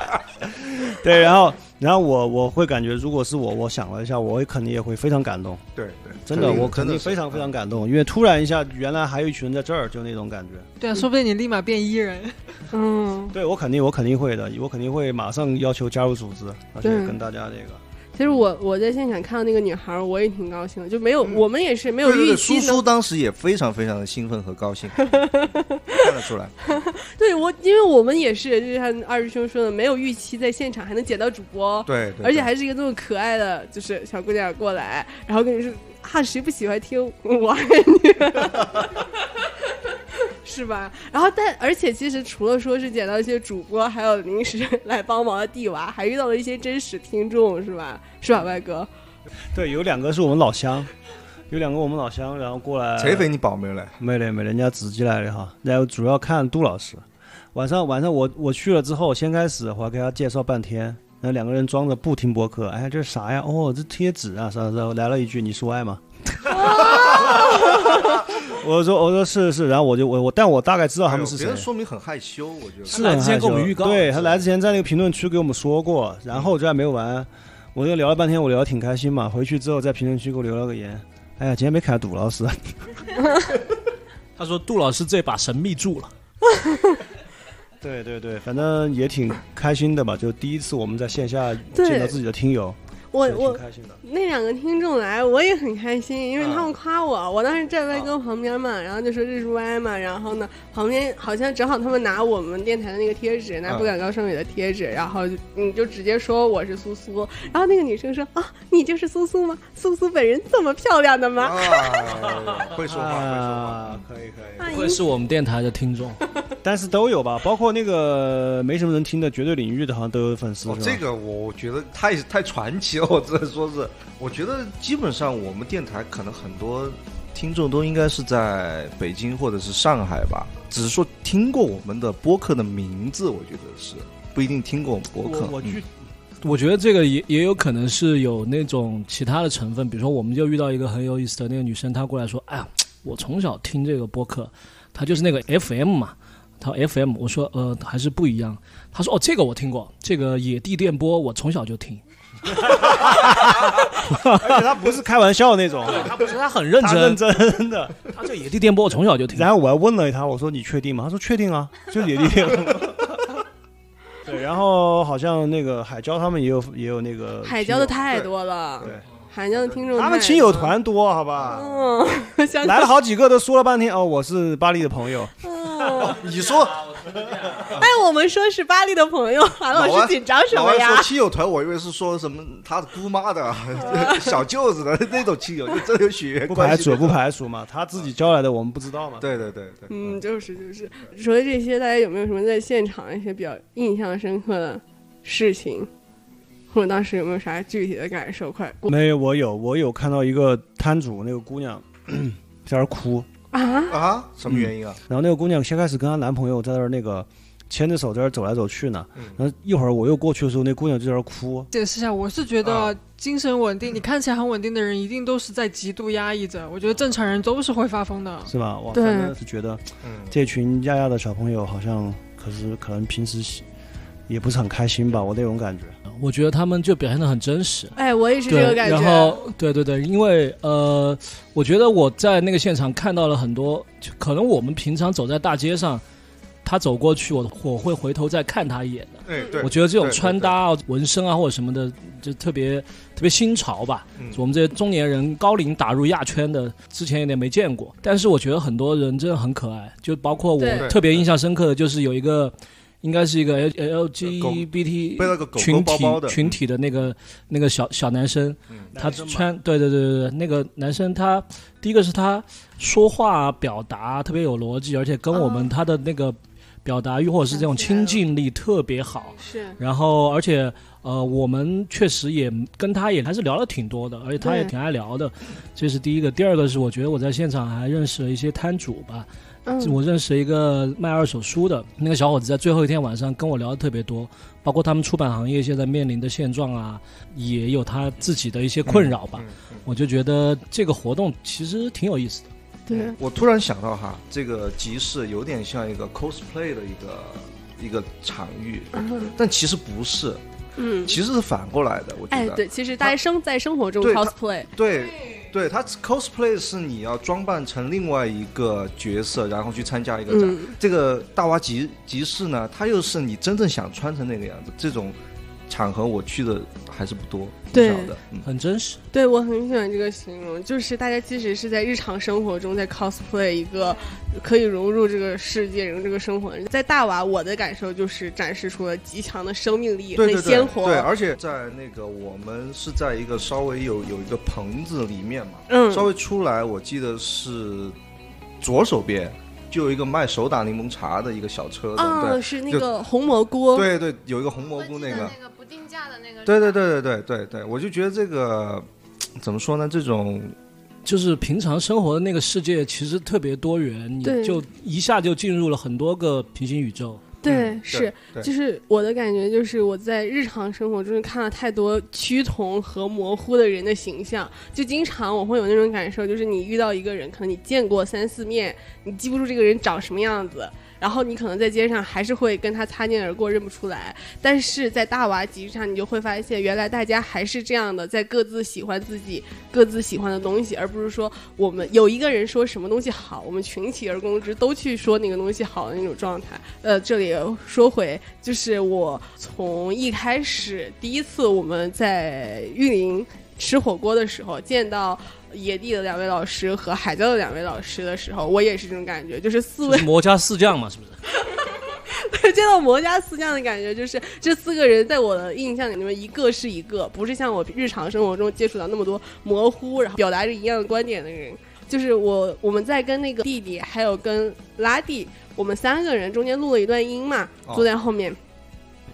Speaker 5: 对，然后然后我我会感觉，如果是我，我想了一下，我也肯定也会非常感动。
Speaker 9: 对对，
Speaker 5: 真的，我肯定非常非常感动，因为突然一下，原来还有一群人在这儿，就那种感觉。
Speaker 8: 对啊，说不定你立马变 E 人。嗯，
Speaker 5: 对我肯定，我肯定会的，我肯定会马上要求加入组织，而且跟大家那个。
Speaker 4: 其实我我在现场看到那个女孩儿，我也挺高兴的，就没有、我们也是没有
Speaker 9: 对对
Speaker 4: 预
Speaker 9: 嗯对，
Speaker 4: 期
Speaker 9: 苏
Speaker 4: 能
Speaker 9: 苏当时也非常非常的兴奋和 高兴，看得出来。
Speaker 4: 对我，因为我们也是，就是像二师兄说的，没有预期在现场还能捡到主播，
Speaker 9: 对对
Speaker 4: 而且还是一个这么可爱的，就是小姑娘过来，然后跟你说啊，谁不喜欢听我爱你， 是吧？然后但而且其实除了说是捡到一些主播，还有临时来帮忙的地娃，还遇到了一些真实听众，是吧？是吧，外哥？
Speaker 5: 对，有两个是我们老乡，有两个我们老乡，然后过来。
Speaker 9: 谁非你宝没来？
Speaker 5: 没来没来，人家自己来的哈。然后主要看杜老师。晚上晚上我我去了之后，先开始我还给他介绍半天，然后两个人装着不听播客，哎，这是啥呀？哦，这贴纸啊啥啥啥。来了一句：“你是我爱吗？” 我说我说是是，然后我就我我，但我大概知道他们是
Speaker 9: 哎别
Speaker 5: 谁
Speaker 9: 人。说明很害羞，我觉得
Speaker 5: 是很害羞对他来之前在那个评论区给我们说过，然后这还没完，我就聊了半天，我聊得挺开心嘛。回去之后在评论区给我留了个言，哎呀，今天没看杜老师，
Speaker 2: 他说杜老师这把神秘住了，
Speaker 5: 对对对，反正也挺开心的吧，就第一次我们在线下
Speaker 4: 对
Speaker 5: 见到自己的听友，
Speaker 4: 我
Speaker 5: 所以
Speaker 4: 我
Speaker 5: 挺开心的。
Speaker 4: 那两个听众来，我也很开心，因为他们夸我，
Speaker 5: 哦
Speaker 4: 我当时站歪哥旁边嘛，然后就说这是 Y 嘛，然后呢，旁边好像正好他们拿我们电台的那个贴纸，拿
Speaker 11: 嗯
Speaker 4: 不敢高声语的贴纸，然后就你就直接说我是苏苏，然后那个女生说啊，你就是苏苏吗？苏苏本人这么漂亮的吗？
Speaker 5: 啊
Speaker 9: 啊会说
Speaker 5: 话，会说话，可以可以。
Speaker 4: 不
Speaker 2: 会是我们电台的听众，
Speaker 5: 但是都有吧，包括那个没什么人听的绝对领域的，好像都有粉丝。
Speaker 9: 哦，
Speaker 5: 是吧
Speaker 9: 这个我觉得太太传奇了， 我只能说是，我觉得基本上我们电台可能很多听众都应该是在北京或者是上海吧，只是说听过我们的播客的名字，我觉得是不一定听过我们播客。嗯
Speaker 2: 我我
Speaker 9: 去、
Speaker 2: 我觉得这个也也有可能是有那种其他的成分，比如说我们就遇到一个很有意思的那个女生，她过来说：“哎呀，我从小听这个播客，她就是那个 FM 嘛。”她说 FM，我说呃还是不一样。她说哦这个我听过，这个野地电波我从小就听，
Speaker 5: 而且他不是开玩笑那种，
Speaker 2: 他不是他很认真
Speaker 5: 认真的，
Speaker 2: 他就野地电波我从小就 听。
Speaker 5: 然后我还问了他，我说你确定吗？他说确定啊， 就是野地电波。对，然后好像那个海椒他们也有也有那个
Speaker 4: 海椒的太多了，海椒的听众
Speaker 5: 他们
Speaker 4: 太
Speaker 5: 亲友
Speaker 4: 多
Speaker 5: 团多，好吧？
Speaker 4: 了，嗯，想
Speaker 5: 来了好几个都说了半天哦，我是巴黎的朋友。
Speaker 4: 嗯
Speaker 9: 你说，
Speaker 4: 哎，我们说是巴黎的朋友，韩老师紧张什么
Speaker 9: 老外
Speaker 4: 啊呀
Speaker 9: 说？亲友团，我以为是说什么他的姑妈的、 小舅子的那种亲友，就真的有血缘
Speaker 5: 不
Speaker 9: 关
Speaker 5: 排
Speaker 9: 系
Speaker 5: 除
Speaker 9: 的。
Speaker 5: 不排除嘛，他自己交来的我们不知道嘛。
Speaker 9: 对对对对，
Speaker 4: 嗯，就是就是。除了这些，大家有没有什么在现场一些比较印象深刻的事情，或者当时有没有啥具体的感受？快过
Speaker 5: 没有，我有我有看到一个摊主那个姑娘 在那儿哭，
Speaker 4: 啊
Speaker 9: 啊！什么原因啊？
Speaker 5: 然后那个姑娘先开始跟她男朋友在那儿那个牵着手在那儿走来走去呢，
Speaker 9: 嗯
Speaker 5: 然后一会儿我又过去的时候，那姑娘就在那儿哭。
Speaker 8: 解释一下，我是觉得精神稳定，你看起来很稳定的人，一定都是在极度压抑着。我觉得正常人都是会发疯的。
Speaker 5: 是吧？我
Speaker 8: 对
Speaker 5: 真的是觉得，
Speaker 2: 嗯
Speaker 9: 嗯
Speaker 5: 这群亚亚的小朋友好像可是可能平时喜也不是很开心吧，我那种感觉。
Speaker 2: 我觉得他们就表现的很真实。
Speaker 4: 哎，我也是这
Speaker 2: 对，
Speaker 4: 个感觉。
Speaker 2: 然后，对对对，因为呃，我觉得我在那个现场看到了很多，就可能我们平常走在大街上，他走过去，我我会回头再看他一眼的。
Speaker 9: 哎对
Speaker 2: 我觉得这种
Speaker 9: 对对
Speaker 2: 穿搭啊、纹身啊或者什么的，就特别特别新潮吧。
Speaker 9: 嗯
Speaker 2: 我们这些中年人高龄打入亚圈的，之前有点没见过。但是我觉得很多人真的很可爱，就包括我
Speaker 9: 对对
Speaker 2: 特别印象深刻的就是有一个。应该是一个 L L G B T
Speaker 9: 背了呃个狗狗
Speaker 2: 群体
Speaker 9: 包包的
Speaker 2: 群体的那个那个小小男生，
Speaker 9: 嗯
Speaker 2: 他穿对对对对对，那个男生他第一个是他说话表达特别有逻辑，而且跟我们他的那个表达欲或者是这种亲近力特别好。
Speaker 9: 嗯
Speaker 4: 是
Speaker 2: 然后而且呃，我们确实也跟他也还是聊了挺多的，而且他也
Speaker 4: 对
Speaker 2: 挺爱聊的，这是第一个。第二个是我觉得我在现场还认识了一些摊主吧，
Speaker 4: 嗯
Speaker 2: 我认识一个卖二手书的那个小伙子，在最后一天晚上跟我聊的特别多，包括他们出版行业现在面临的现状啊，也有他自己的一些困扰
Speaker 9: 嗯
Speaker 2: 吧。我就觉得这个活动其实挺有意思的。
Speaker 4: 对，
Speaker 9: 哎我突然想到哈，这个集市有点像一个 cosplay 的一个一个场域，
Speaker 4: 嗯
Speaker 9: 但其实不是，
Speaker 4: 嗯，
Speaker 9: 其实是反过来的。我觉
Speaker 4: 哎，
Speaker 9: 得，
Speaker 4: 对，其实大家生在生活中
Speaker 9: 对他
Speaker 4: cosplay，
Speaker 9: 对，对，它 cosplay 是你要装扮成另外一个角色，然后去参加一个展。
Speaker 4: 嗯
Speaker 9: 这个大娃集集市呢，它又是你真正想穿成那个样子，这种场合我去的还是不多，
Speaker 4: 对
Speaker 9: 少的。嗯，
Speaker 2: 很真实。
Speaker 4: 对我很喜欢这个形容，就是大家即使是在日常生活中在 cosplay 一个可以融入这个世界、融入这个生活的人，在大娃，我的感受就是展示出了极强的生命力，
Speaker 9: 对对
Speaker 4: 很
Speaker 9: 对
Speaker 4: 鲜，活，
Speaker 9: 对，而且在那个我们是在一个稍微有有一个棚子里面嘛，
Speaker 4: 嗯
Speaker 9: 稍微出来，我记得是左手边就有一个卖手打柠檬茶的一个小车子，
Speaker 4: 啊，
Speaker 9: 对，
Speaker 4: 是那
Speaker 9: 就
Speaker 4: 个红蘑菇，
Speaker 9: 对对，有一个红蘑菇那个，
Speaker 10: 不定价的那个
Speaker 9: 对对对对对对对，我就觉得这个怎么说呢？这种
Speaker 2: 就是平常生活的那个世界其实特别多元，你
Speaker 4: 对
Speaker 2: 就一下就进入了很多个平行宇宙。
Speaker 4: 对，
Speaker 2: 嗯
Speaker 4: 是，
Speaker 2: 对对
Speaker 4: 就是我的感觉就是我在日常生活中看了太多趋同和模糊的人的形象，就经常我会有那种感受，就是你遇到一个人，可能你见过三四面，你记不住这个人长什么样子，然后你可能在街上还是会跟他擦肩而过，认不出来。但是在大娃集市上，你就会发现，原来大家还是这样的，在各自喜欢自己各自喜欢的东西，而不是说我们有一个人说什么东西好，我们群起而攻之，都去说那个东西好的那种状态。呃，这里说回，就是我从一开始第一次我们在玉林吃火锅的时候见到。野地的两位老师和海椒的两位老师的时候，我也是这种感觉，就是四
Speaker 2: 就
Speaker 4: 位
Speaker 2: 是魔家四将嘛，是不是？
Speaker 4: 见到魔家四将的感觉，就是这四个人在我的印象里面，一个是一个，不是像我日常生活中接触到那么多模糊，然后表达着一样的观点的人。就是我，我们在跟那个弟弟，还有跟拉蒂，我们三个人中间录了一段音嘛，
Speaker 11: 哦
Speaker 4: 坐在后面。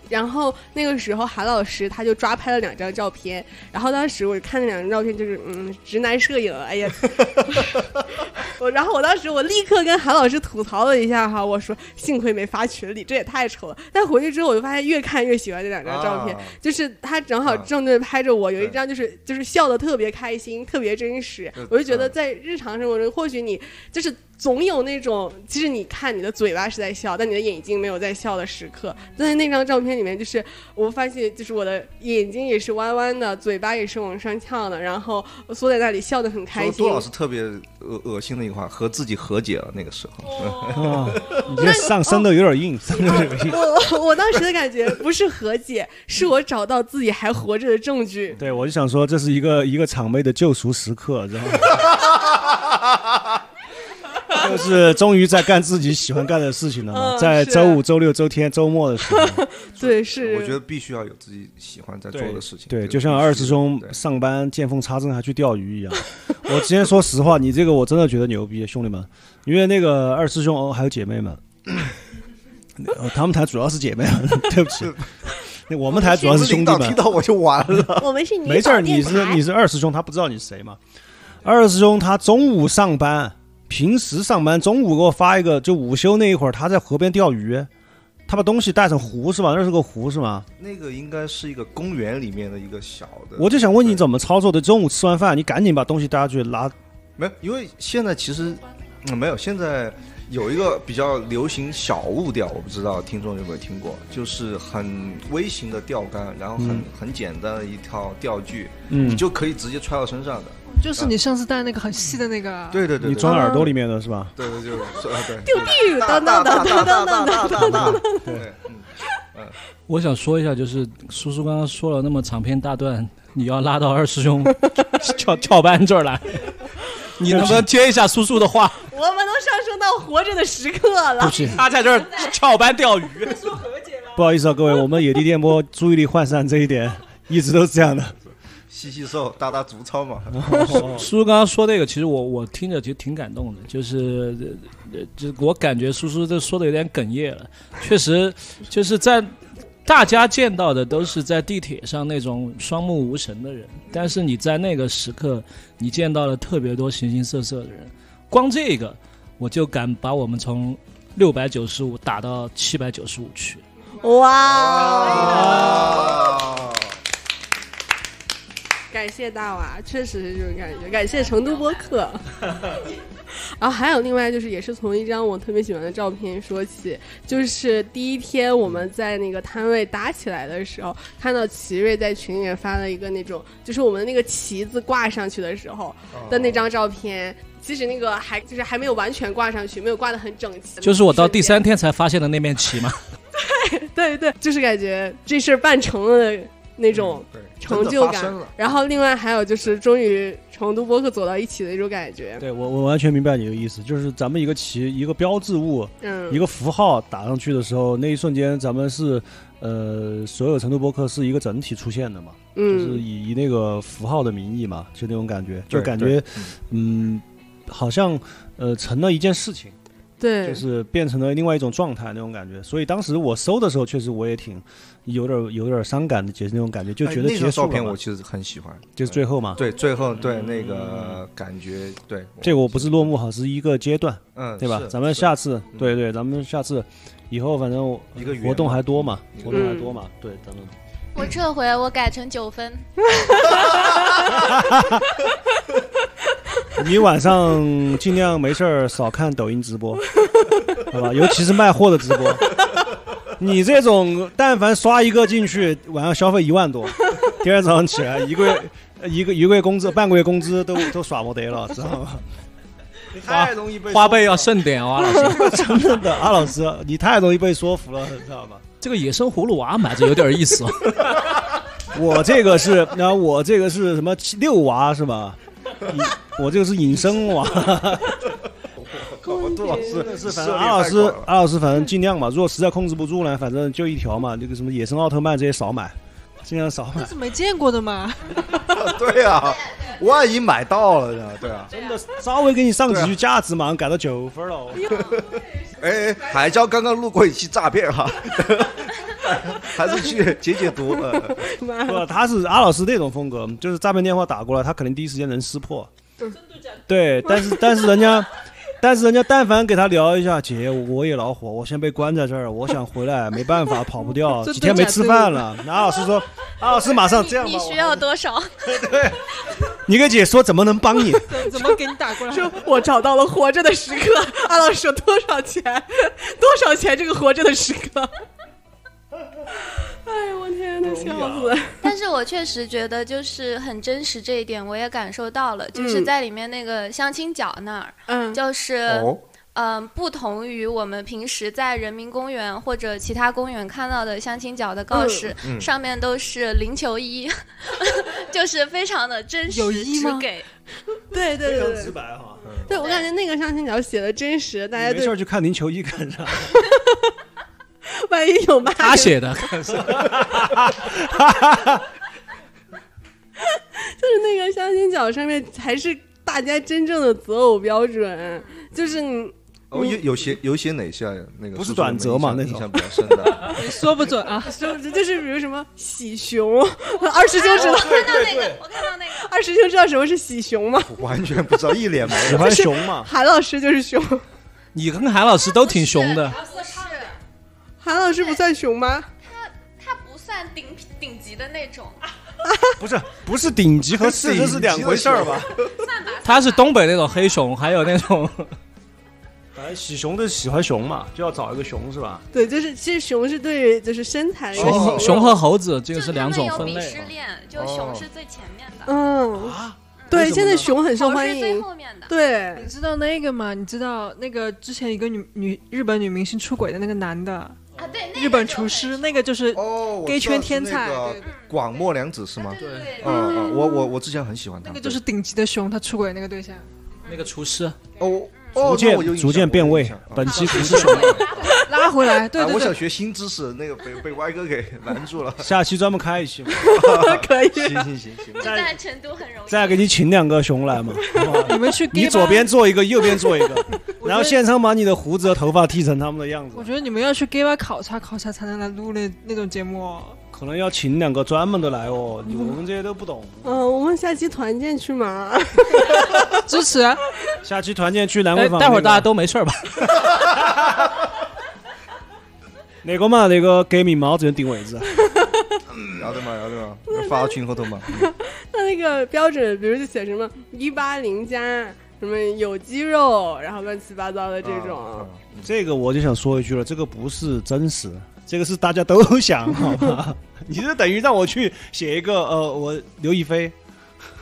Speaker 4: 然后那个时候，韩老师他就抓拍了两张照片，然后当时我看那两张照片，就是嗯，直男摄影，哎呀， 我然后我当时我立刻跟韩老师吐槽了一下哈，我说幸亏没发群里，这也太丑了。但回去之后我就发现越看越喜欢这两张照片，
Speaker 11: 啊
Speaker 4: 就是他正好
Speaker 5: 啊
Speaker 4: 正对拍着我，有
Speaker 5: 嗯
Speaker 4: 一张就是就是笑的特别开心，特别真实
Speaker 11: 对。
Speaker 4: 我就
Speaker 5: 嗯
Speaker 4: 觉得在日常生活中，或许你就是总有那种，其实你看你的嘴巴是在笑，但你的眼睛没有在笑的时刻。但在那张照片里面，就是我发现，就是我的眼睛也是弯弯的，嘴巴也是往上翘的，然后我缩在那里笑得很开
Speaker 9: 说
Speaker 4: 心。
Speaker 9: 杜老师特别恶恶心的一句话，和自己和解了那个时候。
Speaker 5: 啊你这上升的有点硬，上升有点硬。
Speaker 4: 我我当时的感觉不是和解，是我找到自己还活着的证据。
Speaker 5: 对，我就想说，这是一个一个场妹的救赎时刻，然后 就是终于在干自己喜欢干的事情了嘛，
Speaker 4: 嗯
Speaker 5: 在
Speaker 4: 是
Speaker 5: 周五、周六、周天、周末的时 候，
Speaker 4: 对，是
Speaker 9: 我觉得必须要有自己喜欢在做的事情。
Speaker 5: 对，
Speaker 9: 这个
Speaker 5: 就像
Speaker 9: 必须
Speaker 5: 二师兄上班见缝插针还去钓鱼一样。我之前说实话，你这个我真的觉得牛逼，兄弟们，因为那个二师兄、哦、还有姐妹们， 哦他们 台主要是姐妹，对不起，那我们台主要是兄弟
Speaker 9: 领导
Speaker 5: 们。
Speaker 9: 听到我就完了。
Speaker 4: 我们是
Speaker 5: 没事儿，你是你是二师兄，他不知道你是谁嘛。二师兄他中午上班，平时上班，中午给我发一个，就午休那一会儿他在河边钓鱼，他把东西带成湖是吧？那是个湖是吗？
Speaker 9: 那个应该是一个公园里面的一个小的，
Speaker 5: 我就想问你怎么操作的？中午吃完饭，你赶紧把东西带下去拿。
Speaker 9: 没有，因为现在其实、嗯没有，现在有一个比较流行小物钓，我不知道听众有没有听过，就是很微型的钓竿，然后很、
Speaker 5: 嗯
Speaker 9: 很简单的一套钓具，
Speaker 5: 嗯
Speaker 9: 你就可以直接揣到身上的。
Speaker 8: 就是你上次戴那个很细的那个啊，
Speaker 9: 啊对对对，
Speaker 5: 你装耳朵里面的是吧？
Speaker 9: 对对对，是啊对，
Speaker 4: 丢丢当当当当当当当当当。
Speaker 9: 对，嗯嗯，
Speaker 2: 我想说一下，就是叔叔刚刚说了那么长篇大段，你要拉到二师兄 翘翘班这儿来，你能不能接一下叔叔的话？
Speaker 4: 我们都上升到活着的时刻了。
Speaker 5: 对不起
Speaker 2: 他在这儿翘班钓鱼。
Speaker 5: 不好意思啊，各位，我们野地电波注意力涣散这一点一直都是这样的。
Speaker 9: 细细瘦，大大足操嘛。
Speaker 2: 叔叔刚刚说那个，其实我我听着其实挺感动的，就是呃，呃就是我感觉叔叔这说的有点哽咽了，确实就是在大家见到的都是在地铁上那种双目无神的人，但是你在那个时刻，你见到了特别多形形色色的人，光这个我就敢把我们从六百九十五打到七百九十五去。
Speaker 4: 哇！感谢大娃，确实是这种感觉。感谢成都播客。然后还有另外就是，也是从一张我特别喜欢的照片说起，就是第一天我们在那个摊位打起来的时候，看到奇瑞在群里面发了一个那种，就是我们那个旗子挂上去的时候的那张照片。其实那个还就是还没有完全挂上去，没有挂的很整齐。
Speaker 2: 就是我到第三天才发现的那面旗嘛。
Speaker 4: 对对，就是感觉这事儿办成了的那种
Speaker 5: 嗯
Speaker 4: 成就
Speaker 9: 真的发
Speaker 4: 感
Speaker 9: 生了。
Speaker 4: 然后另外还有就是，终于成都播客走到一起的一种感觉。
Speaker 5: 对我，我完全明白你的意思，就是咱们一个旗、一个标志物、
Speaker 4: 嗯
Speaker 5: 一个符号打上去的时候，那一瞬间咱们是，呃，所有成都播客是一个整体出现的嘛，
Speaker 4: 嗯
Speaker 5: 就是以以那个符号的名义嘛，就那种感觉，
Speaker 9: 对
Speaker 5: 就感觉
Speaker 9: 对，
Speaker 5: 嗯，好像呃成了一件事情，
Speaker 4: 对
Speaker 5: 就是变成了另外一种状态那种感觉。所以当时我收的时候，确实我也挺有点有点伤感的，就是那种感觉，就
Speaker 9: 哎
Speaker 5: 觉得
Speaker 9: 那
Speaker 5: 结
Speaker 9: 张
Speaker 5: 束了嘛。
Speaker 9: 照片我其实很喜欢，
Speaker 5: 就是最后嘛
Speaker 9: 对，最后对那个感觉，对
Speaker 5: 这个我不是落幕好，是一个阶段，
Speaker 9: 嗯
Speaker 5: 对吧
Speaker 9: 是？嗯
Speaker 5: 咱们下次，对对，咱们下次，以后反正我
Speaker 9: 一个圆
Speaker 5: 活动
Speaker 9: 嘛
Speaker 5: 还多嘛，活动还
Speaker 10: 嗯
Speaker 5: 多嘛，对，咱们
Speaker 10: 我撤回，我改成九分。
Speaker 5: 你晚上尽量没事儿少看抖音直播， 好吧？尤其是卖货的直播，你这种但凡刷一个进去，晚上消费一万多， 第二天早上起来一个月一个一个月工资半个月工资都都耍没得了，知道吗？
Speaker 9: 太容易被
Speaker 2: 花呗要慎点啊，阿老师。
Speaker 5: 真的，阿老师，你太容易被说服了，知道吗？
Speaker 2: 这个野生葫芦娃买着有点意思哦。
Speaker 5: 我这个是，那我这个是什么七六娃是吧？隐我这个是隐身娃。
Speaker 9: 我 杜老师
Speaker 5: 是
Speaker 9: 反
Speaker 5: 反正阿老师，阿老师反正尽量吧。如果实在控制不住呢，反正就一条嘛，那个什么野生奥特曼这些少买，尽量少买
Speaker 8: 这。是没见过的嘛？
Speaker 9: 对啊，万一买到了呢？对啊，
Speaker 5: 真的稍微给你上几句价值嘛，改到九分了。
Speaker 9: 哎，海椒刚刚录过一期诈骗哈， 还是去解解毒。 呃
Speaker 5: 不，他 是阿老师那种风格，就是诈骗电话打过来，他可能第一时间能识破。对，但是但是人家，但是人家但凡给他聊一下，姐，我也恼火，我现在被关在这儿，我想回来，没办法，跑不掉，
Speaker 8: 这
Speaker 5: 几天没吃饭了。那阿老师说，阿老师马上这样
Speaker 10: 你
Speaker 5: 吧，
Speaker 10: 需要多少？
Speaker 5: 你给姐说怎么能帮你？
Speaker 8: 怎怎么给你打过来？
Speaker 4: 说我找到了活着的时刻，阿老师说多少钱？多少钱？这个活着的时刻。 哎呦我天呐，笑
Speaker 5: 啊
Speaker 4: 死！
Speaker 10: 但是我确实觉得就是很真实这一点，我也感受到了，就是
Speaker 4: 嗯
Speaker 10: 在里面那个相亲角那儿，
Speaker 4: 嗯
Speaker 10: 就是。
Speaker 8: 呃
Speaker 9: 哦，
Speaker 10: 嗯，不同于我们平时在人民公园或者其他公园看到的相亲角的告示，
Speaker 9: 嗯嗯
Speaker 10: 上面都是零求一， 就是非常的真实，
Speaker 8: 有一
Speaker 10: 只
Speaker 8: 吗
Speaker 10: 给
Speaker 4: 对对对对，
Speaker 5: 白哈。
Speaker 4: 对我感觉那个相亲角写的真实，大家
Speaker 5: 没事
Speaker 4: 对
Speaker 5: 儿去看林球衣干 啥？
Speaker 4: 万一有骂
Speaker 2: 他写的，
Speaker 4: 就是那个相亲角上面才是大家真正的择偶标准，就是你
Speaker 9: 哦有有些有些哪些啊那个
Speaker 5: 不是
Speaker 9: 叔叔
Speaker 5: 短折嘛
Speaker 9: 们
Speaker 5: 那
Speaker 9: 印
Speaker 5: 种
Speaker 9: 象印象比较深的，
Speaker 8: 说不准啊！
Speaker 4: 就是就是比如什么喜熊，二师兄知道
Speaker 10: 哎看到那个，我看到那个，
Speaker 4: 二师兄知道什么是喜熊吗？
Speaker 9: 我完全不知道，一脸懵。
Speaker 5: 喜欢熊嘛？
Speaker 4: 韩老师就是熊，
Speaker 2: 你跟韩老师都挺熊的。
Speaker 10: 不是，
Speaker 4: 韩老师不算熊吗？
Speaker 10: 它不算顶顶级的那种，啊
Speaker 5: 不是，不是顶级 和次
Speaker 9: 顶
Speaker 5: 这
Speaker 9: 级
Speaker 5: 是两回事儿吧？
Speaker 2: 他是东北那种黑熊，还有 那种
Speaker 5: 反正喜熊的喜欢熊嘛，就要找一个熊是吧？
Speaker 4: 对，就是其实熊是对就是身材的一个
Speaker 9: 哦
Speaker 4: 形
Speaker 2: 熊
Speaker 4: 容
Speaker 2: 熊和猴子，这
Speaker 10: 就
Speaker 2: 个是
Speaker 10: 它
Speaker 2: 两
Speaker 10: 们
Speaker 2: 种
Speaker 10: 有
Speaker 2: 分
Speaker 10: 鄙
Speaker 2: 类
Speaker 10: 视。链，就
Speaker 9: 哦
Speaker 10: 熊是最前面的，
Speaker 4: 嗯
Speaker 5: 啊，为
Speaker 4: 对，
Speaker 5: 什么
Speaker 4: 现在
Speaker 5: 呢
Speaker 4: 熊很受
Speaker 10: 猴
Speaker 4: 欢
Speaker 10: 是最
Speaker 4: 迎。
Speaker 10: 后面的。
Speaker 4: 对
Speaker 8: 你，知道那个吗？你知道那个之前一个女女日本女明星出轨的那个男的，
Speaker 10: 啊，对，那个
Speaker 8: 日本
Speaker 10: 就
Speaker 8: 厨
Speaker 10: 很
Speaker 8: 师，那个就是
Speaker 9: 哦，我
Speaker 8: gay
Speaker 9: 知道
Speaker 8: 圈
Speaker 9: 是
Speaker 8: 天
Speaker 9: 那
Speaker 8: 才，
Speaker 9: 个
Speaker 8: 对对
Speaker 9: 广末凉子是吗？
Speaker 10: 对对对
Speaker 9: 哦哦，我我我之前很喜欢他，
Speaker 8: 那个就是顶级的熊，他出轨那个对象。
Speaker 2: 那个厨师，
Speaker 9: 哦哦，
Speaker 5: 逐
Speaker 9: 那我
Speaker 5: 渐
Speaker 9: 有印象
Speaker 5: 逐渐变
Speaker 9: 我有印
Speaker 5: 味
Speaker 9: 象。
Speaker 5: 啊 本期不是
Speaker 10: 对对对
Speaker 8: 拉回 来，对
Speaker 9: 啊
Speaker 8: 对
Speaker 9: 我
Speaker 8: 对
Speaker 9: 想，学新知识，那个被 被歪哥给拦住了。
Speaker 5: 下期专门开一期 嘛，
Speaker 4: 可以，
Speaker 9: 行行行行，
Speaker 10: 就在成都很容易。
Speaker 5: 再给你请两个熊来嘛，好不好
Speaker 8: 你们去 gay
Speaker 5: 你
Speaker 8: 吧
Speaker 5: 左边做一个，右边做一 个，然后现场把你的胡子和头发剃成他们的样子，
Speaker 8: 我觉得你们要去 gay 吧考察考察才能来录那那种节目 哦。
Speaker 5: 可能要请两个专门的来哦， 你我们这些都不懂。
Speaker 4: 嗯，我们下期团建去嘛？
Speaker 8: 支持，啊
Speaker 5: 下期团建去兰
Speaker 2: 哎
Speaker 5: 桂坊，
Speaker 2: 待会儿大家
Speaker 5: 家
Speaker 2: 都没事儿吧？
Speaker 5: 哪个嘛？那个给米毛只能顶位置，啊
Speaker 9: 摇的嘛摇的嘛，发到群后头嘛。
Speaker 4: 那那个标准，比如就写什么一八零加，什么有肌肉，然后乱七八糟的 这
Speaker 5: 啊
Speaker 4: 种。
Speaker 9: 啊
Speaker 5: 这个我就想说一句了，这个不是真实，这个是大家都想， 好吧？你这等于让我去写一个呃，我刘亦菲，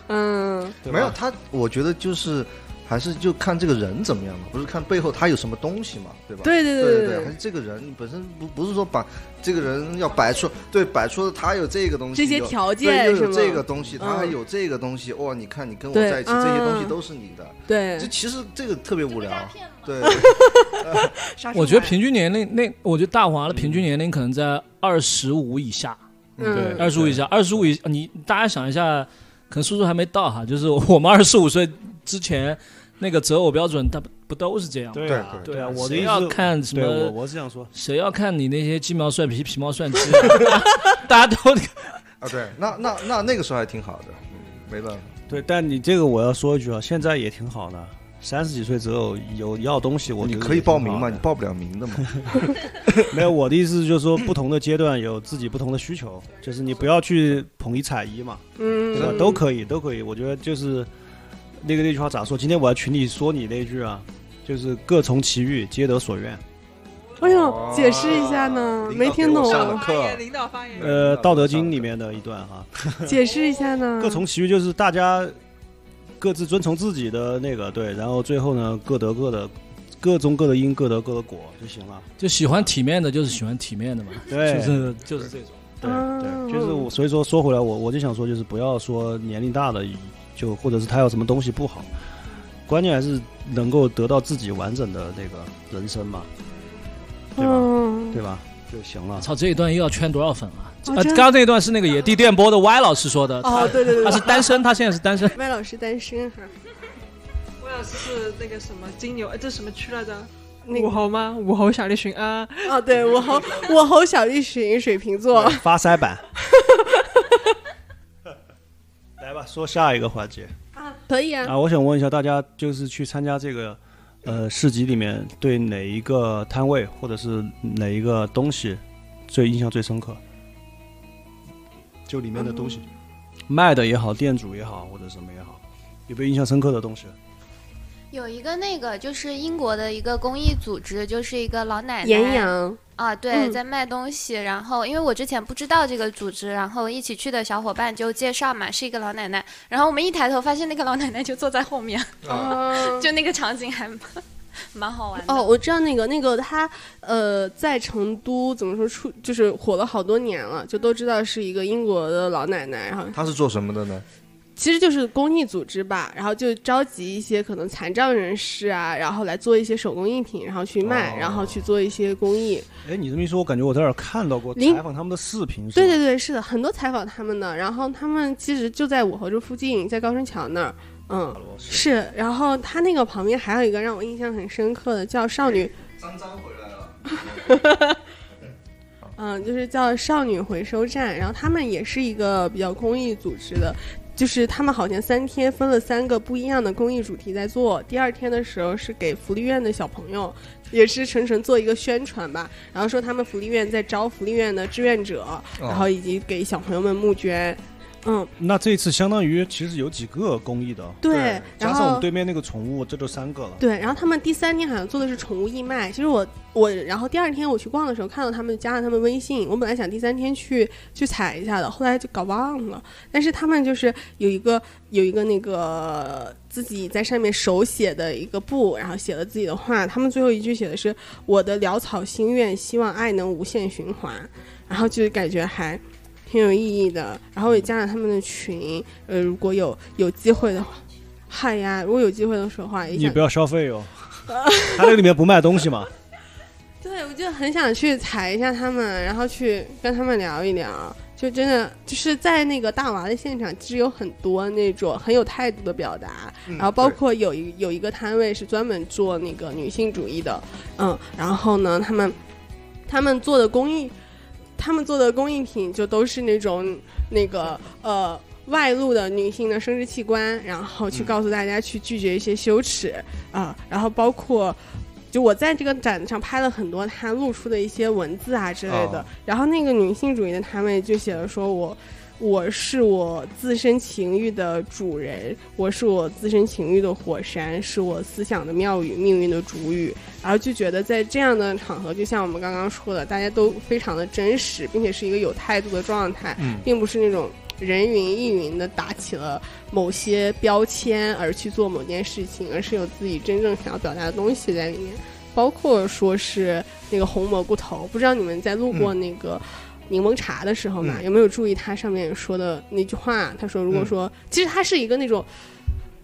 Speaker 4: 嗯，
Speaker 5: 对吧
Speaker 9: 没有他，我觉得就是还是就看这个人怎么样嘛，不是看背后他有什么东西嘛，对吧？
Speaker 4: 对对
Speaker 9: 对
Speaker 4: 对对
Speaker 9: 对，还是这个人本身不不是说把这个人要摆出，对，摆出他有这个东西，
Speaker 4: 这些
Speaker 9: 有
Speaker 4: 条件
Speaker 9: 对又
Speaker 4: 是
Speaker 9: 有
Speaker 4: 吗
Speaker 9: 这个东西，
Speaker 4: 嗯
Speaker 9: 他还有这个东西，哇，你看你跟我
Speaker 4: 对
Speaker 9: 在一起，这些东西
Speaker 4: 啊
Speaker 9: 都是你的。
Speaker 4: 对
Speaker 9: 这，其实这个特别无聊，对，
Speaker 4: 啥时候
Speaker 2: 我觉得
Speaker 4: 买
Speaker 2: 平均年龄那，我觉得大华的平均
Speaker 5: 嗯
Speaker 2: 年龄可能在二十五以下，
Speaker 4: 嗯
Speaker 2: 二十五以下，二十五以你大家想一下，可能叔叔还没到哈，就是我们二十五岁之前那个择偶标准，它不不都是这样吗？
Speaker 5: 对啊，对啊，我的
Speaker 2: 谁
Speaker 5: 意思
Speaker 2: 要看什
Speaker 5: 对我
Speaker 2: 么？
Speaker 5: 我是想说，
Speaker 2: 谁要看你那些鸡毛蒜皮、皮毛蒜鸡啊？ 大家都
Speaker 9: 啊对，那那那那个时候还挺好的，嗯没办法，
Speaker 5: 对，但你这个我要说一句啊，现在也挺好的，三十几岁之后有要东西，我
Speaker 9: 你
Speaker 5: 觉得
Speaker 9: 可以
Speaker 5: 也挺
Speaker 9: 报
Speaker 5: 好
Speaker 9: 名嘛，
Speaker 5: 的
Speaker 9: 你报不了 名的嘛，
Speaker 5: 没有，我的意思就是说，不同的阶段有自己不同的需求，就是你不要去捧一踩一嘛，对吧？
Speaker 4: 嗯，
Speaker 5: 都可以，都可以。我觉得就是那个那句话咋说？今天我在群里说你那句啊，就是各从其欲，皆得所愿。
Speaker 4: 为什么哎解释一下呢？
Speaker 9: 领导
Speaker 4: 没听
Speaker 9: 给我上
Speaker 4: 懂
Speaker 9: 了，
Speaker 8: 发
Speaker 9: 课嗯
Speaker 8: 言，领导发言。
Speaker 5: 呃，《道德经》里面的一段哈，
Speaker 4: 啊解释一下呢？
Speaker 5: 各从其欲就是大家各自遵从自己的那个对，然后最后呢，各得各的，各种各的因，各得各的果就行了。
Speaker 2: 就喜欢体面的，就是喜欢体面的嘛，
Speaker 5: 对，
Speaker 2: 就是就是这种。
Speaker 5: 对
Speaker 4: 嗯
Speaker 5: 对，就是我，所以说说回来，我我就想说，就是不要说年龄大的就或者是他有什么东西不好，关键还是能够得到自己完整的那个人生嘛，对吧？
Speaker 4: 嗯，
Speaker 5: 对吧？就行了。
Speaker 2: 啊操，这一段又要圈多少粉啊？
Speaker 4: 哦
Speaker 2: 呃，
Speaker 4: 真
Speaker 2: 刚刚这一段是那个野地电波的 Y 老师说的，
Speaker 4: 哦，对对对
Speaker 2: 他
Speaker 4: 对
Speaker 2: 是单身，他现在是单身。
Speaker 4: 麦老师单身哈，
Speaker 8: 我老师是那个什么金牛，哎，这什么区来着？
Speaker 4: 那
Speaker 8: 武
Speaker 4: 个
Speaker 8: 侯吗？武侯小栗旬啊，
Speaker 4: 哦，对我侯我侯小栗旬水瓶座，
Speaker 5: 发腮版。 来吧，说下一个环节
Speaker 4: 可以啊，
Speaker 5: 啊！我想问一下大家，就是去参加这个呃市集里面，对哪一个摊位或者是哪一个东西最印象最深刻？
Speaker 9: 就里面的东西，
Speaker 5: 卖的也好，店主也好，或者什么也好，有没有印象深刻的东西？
Speaker 10: 有一个那个就是英国的一个公益组织，就是一个老奶奶
Speaker 4: 岩羊，
Speaker 10: 啊，对，
Speaker 4: 嗯
Speaker 10: 在卖东西。然后因为我之前不知道这个组织，然后一起去的小伙伴就介绍嘛，是一个老奶奶。然后我们一抬头发现那个老奶奶就坐在后面，
Speaker 4: 哦
Speaker 10: 嗯就那个场景还蛮蛮好玩的。
Speaker 4: 哦，我知道那个那个他呃，在成都怎么说出就是火了好多年了，就都知道是一个英国的老奶奶，然后
Speaker 9: 他是做什么的呢？
Speaker 4: 其实就是公益组织吧，然后就召集一些可能残障人士啊，然后来做一些手工艺品，然后去卖，
Speaker 9: 哦
Speaker 4: 然后去做一些公益。
Speaker 5: 哎，你这么一说，我感觉我在哪儿看到过
Speaker 4: 零
Speaker 5: 采访他们的视频，是吧
Speaker 4: 对对对，是的，很多采访他们的，然后他们其实就在武侯这附近，在高升桥那儿，嗯，是。然后他那个旁边还有一个让我印象很深刻的，叫少女，
Speaker 9: 张张回来了，
Speaker 4: 嗯，就是叫少女回收站，然后他们也是一个比较公益组织的。就是他们好像三天分了三个不一样的公益主题在做，第二天的时候是给福利院的小朋友，也是纯纯做一个宣传吧，然后说他们福利院在招福利院的志愿者，
Speaker 9: 哦
Speaker 4: 然后以及给小朋友们募捐，嗯，
Speaker 5: 那这次相当于其实有几个公益的，
Speaker 4: 对，然
Speaker 5: 加上我
Speaker 4: 后
Speaker 5: 们对面那个宠物，这就三个了。
Speaker 4: 对，然后他们第三天好像做的是宠物义卖。其实我我，然后第二天我去逛的时候看到他们加了他们微信，我本来想第三天去去踩一下的，后来就搞忘了。但是他们就是有一个有一个那个自己在上面手写的一个布，然后写了自己的话。他们最后一句写的是“我的潦草心愿，希望爱能无限循环”，然后就感觉还。挺有意义的，然后也加了他们的群，呃，如果有有机会的话，嗨 呀，如果有机会的时候的话，也
Speaker 5: 你
Speaker 4: 想
Speaker 5: 不要消费哟、他那个里面不卖东西嘛？
Speaker 4: 对，我就很想去踩一下他们，然后去跟他们聊一聊。就真的就是在那个大娃的现场，其实有很多那种很有态度的表达，
Speaker 11: 嗯
Speaker 4: 然后包括有一有一个摊位是专门做那个女性主义的，嗯，然后呢，他们他们做的工艺，他们做的工艺品就都是那种那个呃外露的女性的生殖器官，然后去告诉大家去拒绝一些羞耻啊、然后包括。就我在这个展上拍了很多她露出的一些文字啊之类的，
Speaker 11: 哦
Speaker 4: 然后那个女性主义的摊位就写了说我我是我自身情欲的主人，我是我自身情欲的火山，是我思想的庙宇，命运的主语。然后就觉得在这样的场合，就像我们刚刚说的，大家都非常的真实，并且是一个有态度的状态，
Speaker 11: 嗯
Speaker 4: 并不是那种人云亦云的打起了某些标签而去做某件事情，而是有自己真正想要表达的东西在里面。包括说是那个红蘑菇头，不知道你们在路过
Speaker 11: 嗯
Speaker 4: 那个柠檬茶的时候嘛，
Speaker 11: 嗯
Speaker 4: 有没有注意他上面说的那句话？他说，如果说、其实它是一个那种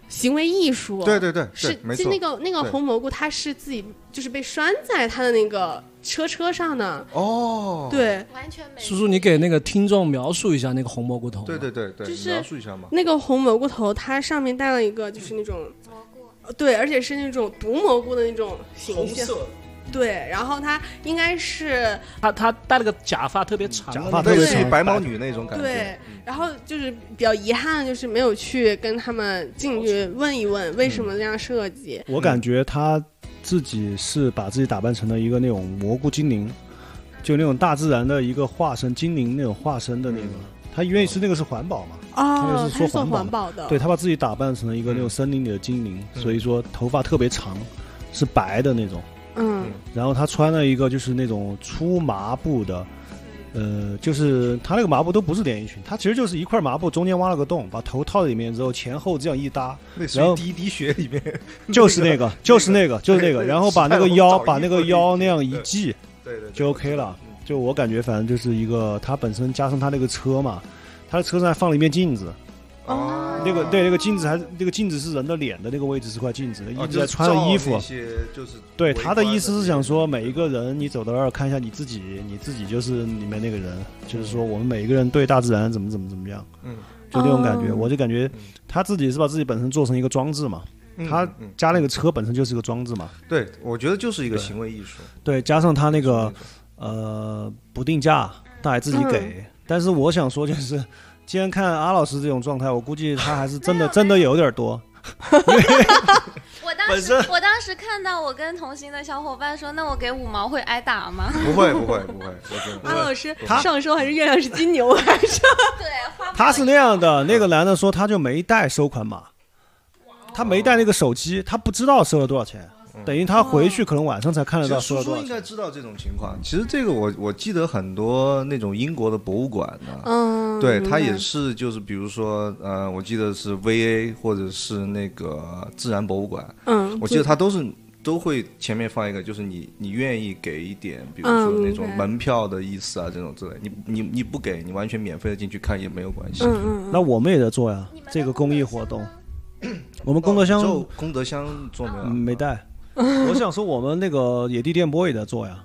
Speaker 4: 行为艺术，哦
Speaker 11: 对对对
Speaker 4: 是
Speaker 11: 对没
Speaker 4: 就
Speaker 11: 错
Speaker 4: 那个那个
Speaker 11: 对
Speaker 4: 红蘑菇，它是自己就是被拴在他的那个车车上的
Speaker 9: 哦
Speaker 4: 对，
Speaker 10: 完全没
Speaker 2: 叔叔，你给那个听众描述一下那个红蘑菇头。啊
Speaker 9: 对对对对，
Speaker 4: 就
Speaker 9: 你
Speaker 4: 是
Speaker 9: 描述一下嘛。
Speaker 4: 那个红蘑菇头，它上面带了一个就是那种蘑菇，对，而且是那种毒蘑菇的那种形象
Speaker 2: 红色。
Speaker 4: 对，然后它应该是
Speaker 2: 他他戴了个假发，特别长，
Speaker 9: 假
Speaker 2: 假
Speaker 9: 发特别长类似于白毛女那种感觉嗯
Speaker 4: 对，然后就是比较遗憾，的就是没有去跟他们进去问一问为什么这样设计。
Speaker 5: 我感觉他自己是把自己打扮成了一个那种蘑菇精灵，就那种大自然的一个化身，精灵那种化身的那个。
Speaker 4: 嗯
Speaker 5: 他因为是那个是环保嘛，
Speaker 4: 哦
Speaker 5: 那个
Speaker 4: 他是
Speaker 5: 是
Speaker 4: 做
Speaker 5: 说
Speaker 4: 环保的
Speaker 5: 对他把自己打扮成了一个那种森林里的精灵，所以说头发特别长，是白的那种。
Speaker 4: 嗯，
Speaker 5: 然后他穿了一个就是那种粗麻布的，呃，就是他那个麻布都不是连衣裙，他其实就是一块麻布中间挖了个洞，把头套在里面之后前后这样一搭
Speaker 9: 类，似
Speaker 5: 然
Speaker 9: 于
Speaker 5: 后，
Speaker 9: 《滴滴血》里面
Speaker 5: 就是那 个，就是那个，就是那
Speaker 9: 对
Speaker 5: 个，
Speaker 9: 对
Speaker 5: 然后把那
Speaker 9: 赛
Speaker 5: 个
Speaker 9: 龙
Speaker 5: 腰，
Speaker 9: 找
Speaker 5: 把
Speaker 9: 衣
Speaker 5: 那
Speaker 9: 服
Speaker 5: 个
Speaker 9: 的
Speaker 5: 腰那样一系，
Speaker 9: 对对对
Speaker 5: 就 OK 了。就我感觉，反正就是一个，他本身加上他那个车嘛，他的车上还放了一面镜子。
Speaker 9: 哦，
Speaker 5: 那个对，那个镜子还那个镜子是人的脸的那个位置是块镜子，一
Speaker 9: 哦
Speaker 5: 直
Speaker 9: 就
Speaker 5: 在
Speaker 9: 是
Speaker 5: 穿着
Speaker 9: 照
Speaker 5: 衣
Speaker 9: 那
Speaker 5: 服。
Speaker 9: 些就是
Speaker 5: 对，
Speaker 9: 围
Speaker 5: 他的
Speaker 9: 观
Speaker 5: 意思是想说，每一个人你走到那儿看一下你自己，你自己就是里面那个人，就是说我们每一个人对大自然怎么怎么怎么样，
Speaker 9: 嗯，
Speaker 5: 就那种感觉。
Speaker 9: 哦
Speaker 5: 我就感觉他自己是把自己本身做成一个装置嘛，
Speaker 9: 嗯
Speaker 5: 他
Speaker 9: 嗯
Speaker 5: 加那个车本身就是一个装置嘛，
Speaker 9: 对，我觉得就是一个
Speaker 5: 对
Speaker 9: 行为艺术。
Speaker 5: 对，加上他那个呃不定价，他还自己给。但是我想说，就是既然看阿老师这种状态，我估计他还是真的真的有点多。
Speaker 10: 我当时 我当时看到我跟同行的小伙伴说，那我给五毛会挨打 吗？
Speaker 9: 不会不会不会，我觉得不
Speaker 4: 阿
Speaker 9: 会
Speaker 4: 老师
Speaker 5: 他
Speaker 4: 上周还是月亮是金牛还 是？
Speaker 5: 他是那样的，那个男的说他就没带收款码，他没带那个手机，他不知道收了多少钱，等于他回去可能晚上才看得
Speaker 9: 其
Speaker 5: 到
Speaker 9: 实
Speaker 5: 收了多
Speaker 9: 叔叔
Speaker 5: 少
Speaker 9: 应
Speaker 5: 钱。
Speaker 9: 该知道这种情况。其实这个我我记得很多那种英国的博物馆呢，
Speaker 4: 嗯
Speaker 9: 对，
Speaker 4: 明
Speaker 9: 它也
Speaker 4: 白
Speaker 9: 是就是比如说呃，我记得是 VA 或者是那个自然博物馆，
Speaker 4: 嗯
Speaker 9: 我记得它都是都会前面放一个，就是你你愿意给一点，比如说
Speaker 4: 嗯
Speaker 9: 那种
Speaker 4: 明白
Speaker 9: 门票的意思啊这种之类，你你你不给你完全免费的进去看也没有关系。
Speaker 4: 嗯
Speaker 5: 那我们也在做呀，这个公益活动。我们工作
Speaker 9: 只
Speaker 5: 箱
Speaker 9: 有功德箱做没有？
Speaker 5: 嗯没 带，我想说我们那个野地电波也在做呀，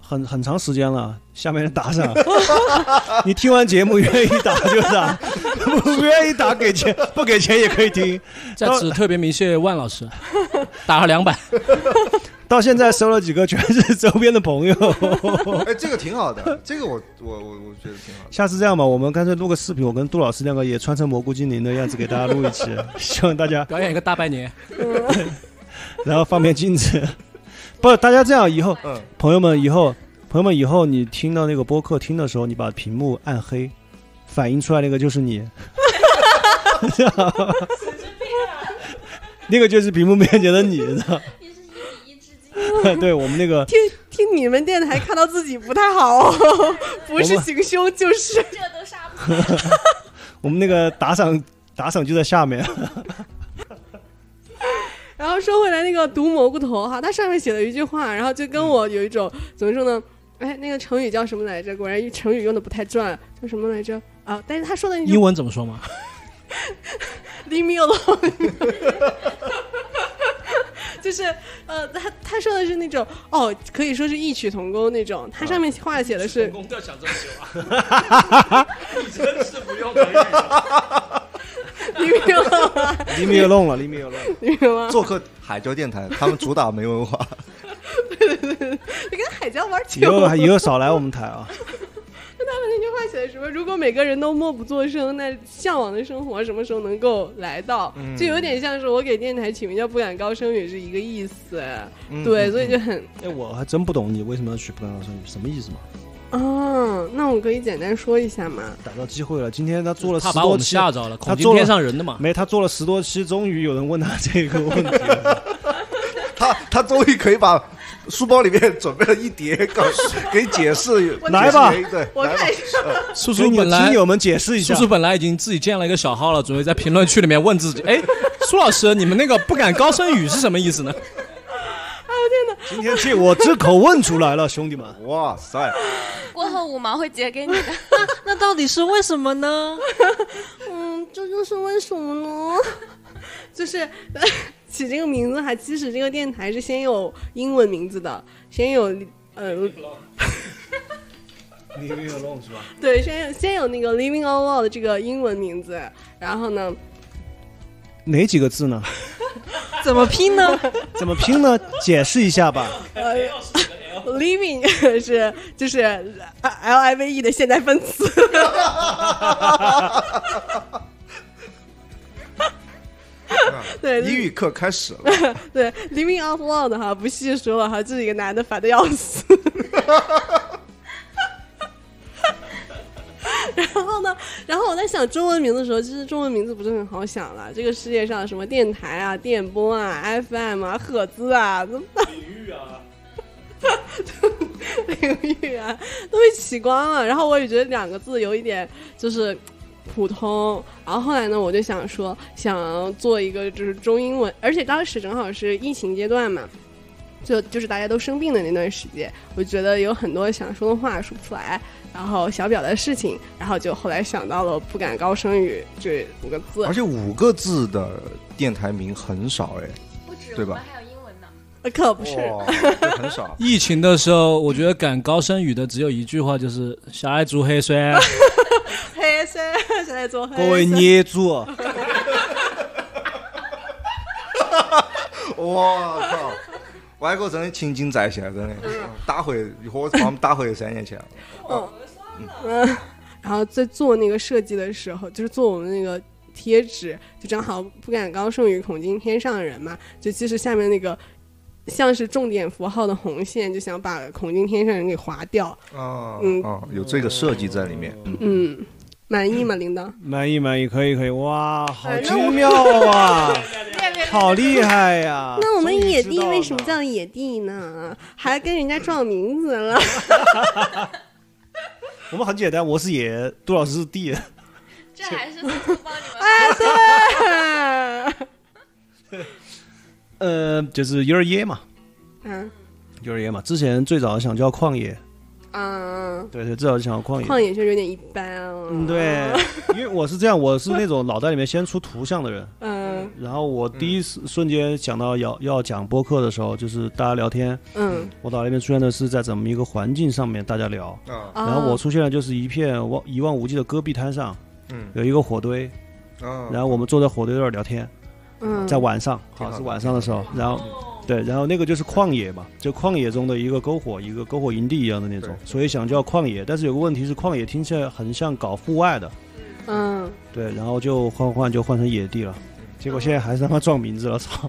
Speaker 5: 很很长时间了。下面人打赏， 你听完节目愿意打就打， 不愿意打给钱，不给钱也可以听。
Speaker 2: 在此特别鸣谢万 老师，打了两百。
Speaker 5: 到现在收了几个，全是周边的朋友。
Speaker 9: 哎，这个挺好的，这个我我我我觉得挺好的。
Speaker 5: 下次这样吧，我们干脆录个视频，我跟杜老师两个也穿成蘑菇精灵的样子给大家录一期，希望大家
Speaker 2: 表演一个大拜年。
Speaker 5: 然后放面镜子。不，大家这样以后，朋友们以后，朋友们以后，你听到那个播客听的时候，你把屏幕暗黑，反映出来那个就是你， 那个就是屏幕面前的你，知道？ 对我们那个
Speaker 4: 听听你们电台看到自己不太好哦， 不是行凶就是。
Speaker 5: 我们那个打赏打赏就在下面。
Speaker 4: 然后说回来那个毒蘑菇头哈，它上面写了一句话，然后就跟我有一种怎么说呢？哎，那个成语叫什么来着？果然成语用的不太转，叫什么来着？啊，但是他说的那句
Speaker 2: 英文怎么说嘛？
Speaker 4: “Leave me alone”，就是呃，他他说的是那种哦，可以说是异曲同工那种。他上面话写的 是，
Speaker 3: 工要想这么久啊！你真是不用承认啊。
Speaker 4: 你明白吗？
Speaker 5: 黎明 alone 了，黎明 alone。
Speaker 4: 你明白 吗？
Speaker 9: 嗯做客海椒电台，他们主打没文化。
Speaker 4: 你跟海椒玩
Speaker 5: 以
Speaker 4: 球，
Speaker 5: 后以后少来我们台啊！
Speaker 4: 就他们那句话写的什么？如果每个人都默不作声，那向往的生活什么时候能够来到？
Speaker 5: 嗯
Speaker 4: 就有点像是我给电台起名叫“不敢高声语”是一个意思。
Speaker 8: 嗯
Speaker 4: 对，所以就很
Speaker 5: 哎，我还真不懂你为什么要取不干高声语，什么意思嘛？
Speaker 4: 哦，那我可以简单说一下吗？
Speaker 5: 打到机会了，今天他做了
Speaker 2: 他
Speaker 5: 十
Speaker 2: 把我
Speaker 5: 多
Speaker 2: 们
Speaker 5: 期，
Speaker 2: 吓着了
Speaker 5: 他
Speaker 2: 恐惊
Speaker 5: 做了
Speaker 2: 天上人的嘛。
Speaker 5: 没，他做了十多期，终于有人问他这个问题。
Speaker 9: 他他终于可以把书包里面准备了一叠稿，给解释
Speaker 4: 我
Speaker 5: 来吧
Speaker 9: 解释对，
Speaker 4: 我
Speaker 9: 来吧
Speaker 4: 看一下，
Speaker 2: 叔
Speaker 5: 给
Speaker 2: 叔
Speaker 5: 你
Speaker 2: 本来
Speaker 5: 听友们解释一下
Speaker 2: 叔叔本来已经自己建了一个小号了，准备在评论区里面问自己：哎，苏老师，你们那个不敢高声语是什么意思呢？。
Speaker 5: 今天借我之口问出来了，兄弟们！
Speaker 9: 哇塞！
Speaker 10: 过后五毛会截给你的。
Speaker 8: 那到底是为什么呢？
Speaker 4: 嗯，这就是为什么呢？
Speaker 8: 嗯
Speaker 4: 就是 呃起这个名字还，即使这个电台是先有英文名字的，先有呃，
Speaker 5: 黎明 alone 是吧？
Speaker 4: 对，先有先有那个 Living on Wall 的这个英文名字，然后呢，
Speaker 5: 哪几个字呢？
Speaker 8: 怎么拼呢？
Speaker 5: 怎么拼呢？解释一下吧。
Speaker 4: 呃，Living 是就是呃 L I V E 的现代分词。对，
Speaker 9: 英语课开始了，
Speaker 4: 对，Living Out Loud 哈，不细说了哈，这几个男的烦的要死。 然后呢，然后我在想中文名字的时候，其实中文名字不是很好想了。这个世界上什么电台啊、电波啊、FM 啊、赫兹啊，怎么办？ 领域啊，都被洗光了。然后我也觉得两个字有一点就是普通。然后后来呢，我就想说，想做一个就是中英文，而且当时正好是疫情阶段嘛。就就是大家都生病的那段时间，我觉得有很多想说的话说不出来，然后想表达的事情，然后就后来想到了“不敢高声语”这五个字，
Speaker 9: 而且五个字的电台名很少哎，
Speaker 10: 不止，
Speaker 9: 对吧
Speaker 10: 我们还有英文呢。
Speaker 4: 呃可不是。
Speaker 9: 哇，这很少
Speaker 2: 疫情的时候，我觉得敢高声语的只有一句话，就是“小爱煮 黑水
Speaker 4: 黑色现在做黑色
Speaker 5: 各位捏住，
Speaker 9: 哇靠！外国真的情景再现，真的打回一会儿把我们打回三年前。
Speaker 4: 然后在做那个设计的时候，就是做我们那个贴纸，就正好不敢高胜于恐惊天上人嘛，就其实下面那个像是重点符号的红线，就想把恐惊天上人给划掉。
Speaker 9: 啊
Speaker 4: 嗯
Speaker 9: 啊，有这个设计在里面。
Speaker 4: 嗯，满意吗，领导？
Speaker 5: 满意满意，可以可以，哇，好
Speaker 4: 反正我
Speaker 5: 精妙啊，
Speaker 4: 哎
Speaker 5: 好厉害呀、
Speaker 4: 那我们
Speaker 5: 终于
Speaker 4: 野
Speaker 5: 知
Speaker 4: 地
Speaker 5: 道
Speaker 4: 为什么
Speaker 5: 了
Speaker 4: 叫野地呢？还跟人家撞名字 了？
Speaker 5: 我们很简单，我是野，杜老师是地，
Speaker 10: 这还是叔叔帮你们。
Speaker 5: 呃，就是幼儿耶嘛，
Speaker 4: 嗯
Speaker 5: 幼儿耶嘛。之前最早想叫旷野，
Speaker 4: 嗯，
Speaker 5: 对对，最早就想叫旷野。
Speaker 4: 旷野确实有点一般啊。
Speaker 5: 嗯，对， 因为我是这样，我是那种脑袋里面先出图像的人，
Speaker 4: 嗯
Speaker 5: 然后我第一时瞬间想到要要讲播客的时候，就是大家聊天，
Speaker 4: 嗯，
Speaker 5: 我脑袋里面出现的是在怎么一个环境上面大家聊，
Speaker 9: 啊
Speaker 4: 啊
Speaker 5: 然后我出现的就是一片望一望无际的戈壁滩上，
Speaker 9: 嗯
Speaker 5: 有一个火堆，
Speaker 9: 啊
Speaker 5: 然后我们坐在火堆那儿聊天，
Speaker 4: 嗯
Speaker 5: 在晚上，
Speaker 9: 挺
Speaker 5: 好像
Speaker 9: 好的
Speaker 5: 是晚上的时候，然后对，然后那个就是旷野嘛，就旷野中的一个篝火，一个篝火营地一样的那种，所以想叫旷野，但是有个问题是旷野听起来很像搞户外的，
Speaker 4: 嗯，
Speaker 5: 对，然后就换换就换成野地了。结果现在还是他妈撞名字了，操！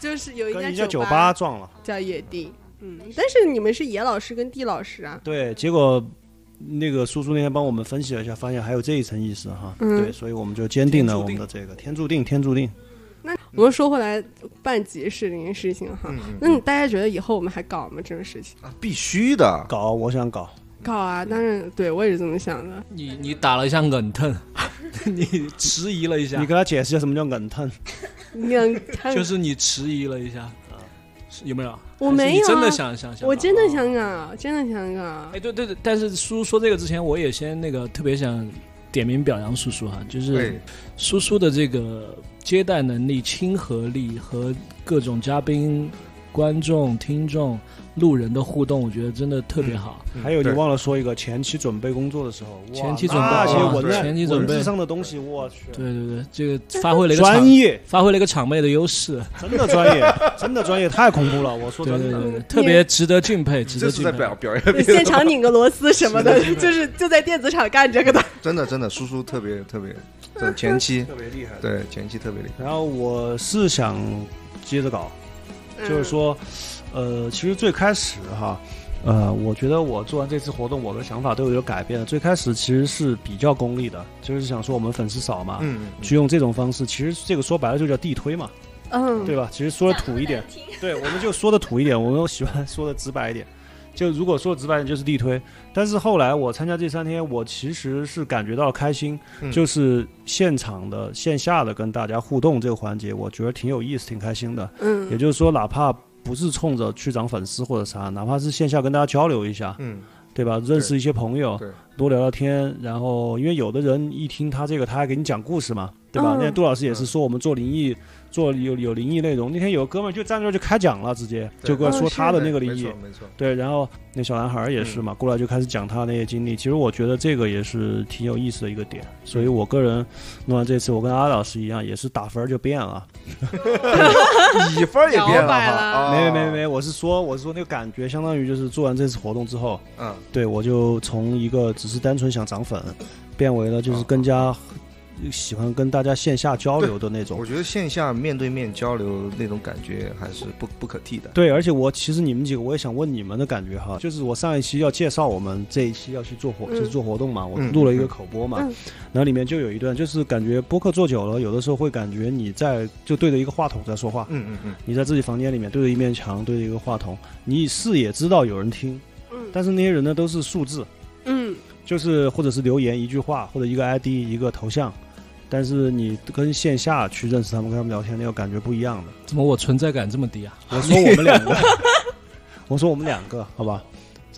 Speaker 4: 就是有一
Speaker 5: 跟人
Speaker 4: 家
Speaker 5: 家酒
Speaker 4: 吧
Speaker 5: 吧撞了。
Speaker 4: 叫野地。嗯，但是你们是野老师跟地老师啊，
Speaker 5: 对，结果那个叔叔那天帮我们分析了一下，发现还有这一层意思哈。
Speaker 4: 嗯
Speaker 5: 对，所以我们就坚定了我们的这个天注定，天注定。嗯
Speaker 4: 我们说回来办集市这件事情哈，那你大家觉得以后我们还搞吗？这种事情
Speaker 9: 嗯啊必须的。
Speaker 5: 搞，我想搞。
Speaker 4: 搞啊，当然对我也是这么想的。
Speaker 2: 你你打了一下冷腾， 你迟疑了一
Speaker 5: 你
Speaker 2: 下，
Speaker 5: 给他解释一下什么叫冷腾，嗯
Speaker 4: 你想，
Speaker 2: 就是你迟疑了一下，是有没有？
Speaker 4: 我
Speaker 2: 还是
Speaker 4: 没有
Speaker 2: 你真
Speaker 4: 啊
Speaker 2: 的想想啊想，
Speaker 4: 我真的啊
Speaker 5: 啊
Speaker 4: 想搞，真的想搞。啊
Speaker 5: 哎
Speaker 2: 哎，对对对，但是叔叔说这个之前，我也先那个特别想点名表扬叔叔哈、就是
Speaker 9: 哎
Speaker 2: 叔叔的这个接待能力、亲和力和各种嘉宾、观众、听众、路人的互动，我觉得真的特别好。
Speaker 5: 还有你忘了说一个前期准备工作的时候，哇
Speaker 2: 前期准备
Speaker 5: 那些
Speaker 2: 啊
Speaker 5: 文案
Speaker 2: 前期准备
Speaker 5: 文字上的东西，我去，
Speaker 2: 对对对，这个发挥了一个
Speaker 5: 专
Speaker 2: 业，发挥了一个场妹的优势，
Speaker 5: 真的专业，真的专业，太恐怖了，我说
Speaker 2: 对
Speaker 5: 真
Speaker 2: 对
Speaker 5: 的，
Speaker 2: 对，特别值得敬佩，值得
Speaker 9: 这是
Speaker 2: 敬
Speaker 9: 在
Speaker 2: 佩。
Speaker 9: 表表演
Speaker 4: 对
Speaker 9: 别的
Speaker 4: 现场拧个螺丝什么的，
Speaker 9: 是的是的
Speaker 4: 就是就在电子厂干这个的。
Speaker 9: 真的真的，叔叔特别特别，真的前期
Speaker 5: 嗯特别厉害
Speaker 9: 对前期特别厉害。
Speaker 5: 然后我是想接着搞，
Speaker 9: 嗯
Speaker 5: 就是说，呃，其实最开始哈，呃，我觉得我做完这次活动，我的想法都有点改变了。最开始其实是比较功利的，就是想说我们粉丝少嘛，
Speaker 9: 嗯嗯嗯
Speaker 5: 去用这种方式，其实这个说白了就叫地推嘛，
Speaker 4: 嗯
Speaker 5: 对吧？其实说的土 一 点，对，我们就说的土一点，我们喜欢说的直白一点。就如果说直白一点，就是地推。但是后来我参加这三天，我其实是感觉到开心，
Speaker 9: 嗯
Speaker 5: 就是现场的、线下的跟大家互动这个环节，我觉得挺有意思、挺开心的。
Speaker 9: 嗯
Speaker 5: 也就是说，哪怕不是冲着去涨粉丝或者啥，哪怕是线下跟大家交流一下，
Speaker 9: 嗯，
Speaker 5: 对吧？认识一些朋友
Speaker 9: 对，
Speaker 5: 多聊聊天。然后，因为有的人一听他这个，他还给你讲故事嘛，对吧？
Speaker 9: 嗯
Speaker 5: 那杜老师也是说我们做灵异，做有有灵异内容。那天有个哥们儿就站那儿就开讲了，直接
Speaker 9: 对
Speaker 5: 就跟我说
Speaker 9: 哦是
Speaker 5: 他的
Speaker 9: 对
Speaker 5: 那个灵异
Speaker 9: 没错嗯没错。
Speaker 5: 对，然后那小男孩儿也是嘛，过来就开始讲他那些经历。其实我觉得这个也是挺有意思的一个点。所
Speaker 9: 嗯
Speaker 5: 以我个人弄完这次，我跟阿老师一样，也是打分儿就变了。
Speaker 7: 你分儿也变了哈
Speaker 9: 哦
Speaker 7: 啊
Speaker 5: 没没没没，我是说我是说那个感觉，相当于就是做完这次活动之后，
Speaker 9: 嗯，
Speaker 5: 对我就从一个只是单纯想涨粉，变为了就是更加喜欢跟大家线下交流的那种。
Speaker 9: 我觉得线下面对面交流那种感觉还是不不可替的。
Speaker 5: 对，而且我其实你们几个，我也想问你们的感觉哈，就是我上一期要介绍我们这一期要去做活，
Speaker 9: 嗯
Speaker 5: 就是做活动嘛，我
Speaker 9: 嗯
Speaker 5: 录了一个
Speaker 9: 嗯
Speaker 5: 口播嘛，
Speaker 9: 嗯
Speaker 5: 然后里面就有一段，就是感觉播客做久了，有的时候会感觉你在就对着一个话筒在说话，
Speaker 9: 嗯嗯嗯，
Speaker 5: 你在自己房间里面对着一面墙，对着一个话筒，你是也知道有人听，但是那些人呢都是数字，
Speaker 4: 嗯，
Speaker 5: 就是或者是留言一句话或者一个 ID 一个头像，但是你跟线下去认识他们跟他们聊天那个感觉不一样的。
Speaker 2: 怎么我存在感这么低啊？
Speaker 5: 我说我们两个， 我说我们两个，好吧，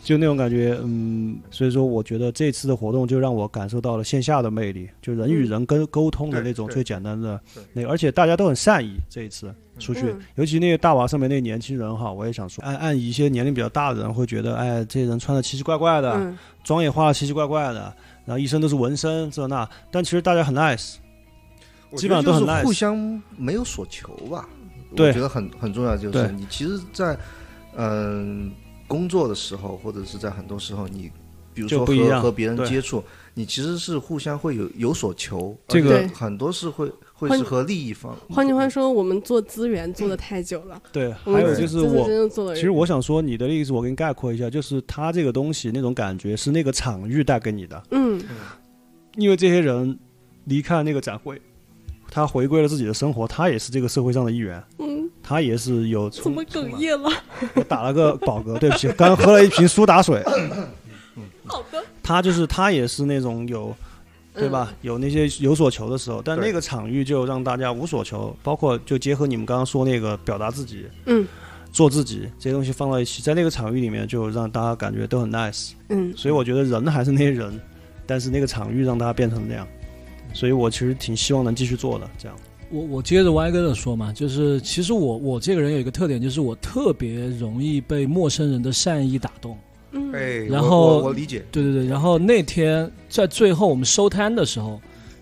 Speaker 5: 就那种感觉，嗯，所以说我觉得这次的活动就让我感受到了线下的魅力，就人与人跟沟通的那种
Speaker 9: 对对
Speaker 5: 最简单的那个，而且大家都很善意。这一次出去
Speaker 9: 嗯，
Speaker 5: 尤其那个大娃上面那个年轻人哈，我也想说，哎按按一些年龄比较大的人会觉得，哎，这人穿的奇奇怪怪的
Speaker 9: 嗯，
Speaker 5: 妆也化的奇奇怪怪的，然后一身都是纹身这那，但其实大家很 nice，
Speaker 9: 我
Speaker 5: 基
Speaker 9: 觉
Speaker 5: 本
Speaker 9: 得
Speaker 5: 上都
Speaker 9: 就
Speaker 5: 很
Speaker 9: 是
Speaker 5: nice，
Speaker 9: 互相没有所求吧。
Speaker 5: 对
Speaker 9: 我觉得很很重要，就是
Speaker 5: 对
Speaker 9: 你其实在，嗯工作的时候，或者是在很多时候，你比如
Speaker 5: 就
Speaker 9: 说
Speaker 5: 不一样
Speaker 9: 和和别人
Speaker 5: 对
Speaker 9: 接触，你其实是互相会有有所求，
Speaker 5: 这个
Speaker 9: 而且很多是会会
Speaker 4: 换
Speaker 9: 是和利益方。
Speaker 4: 换句话说，我们做资源做的太久了。
Speaker 5: 对，
Speaker 4: 我们
Speaker 5: 嗯还有就是
Speaker 4: 真的
Speaker 5: 我
Speaker 4: 真的做了，
Speaker 5: 其实我想说你的例子，我给你概括一下，就是他这个东西那种感觉是那个场域带给你的，
Speaker 4: 嗯
Speaker 5: 因为这些人离开了那个展会，他回归了自己的生活，他也是这个社会上的一员，
Speaker 4: 嗯，
Speaker 5: 他也是有
Speaker 4: 怎么哽咽了？
Speaker 5: 我打了个饱嗝，对不起，刚喝了一瓶苏打水。
Speaker 4: 好的。
Speaker 5: 他就是他也是那种有，对吧？
Speaker 9: 嗯
Speaker 5: 有那些有所求的时候，但那个场域就让大家无所求，包括就结合你们刚刚说那个表达自己，
Speaker 4: 嗯，
Speaker 5: 做自己这些东西放到一起，在那个场域里面就让大家感觉都很 nice，
Speaker 4: 嗯
Speaker 5: 所以我觉得人还是那些人，但是那个场域让大家变成那样，所以我其实挺希望能继续做的这样。
Speaker 2: 我我接着歪哥的说嘛，就是其实我我这个人有一个特点，就是我特别容易被陌生人的善意打动。
Speaker 4: 嗯
Speaker 9: 哎，
Speaker 2: 然
Speaker 9: 我
Speaker 2: 后
Speaker 9: 我我理解，
Speaker 2: 对对对，然后那天在最后我们收摊的时候，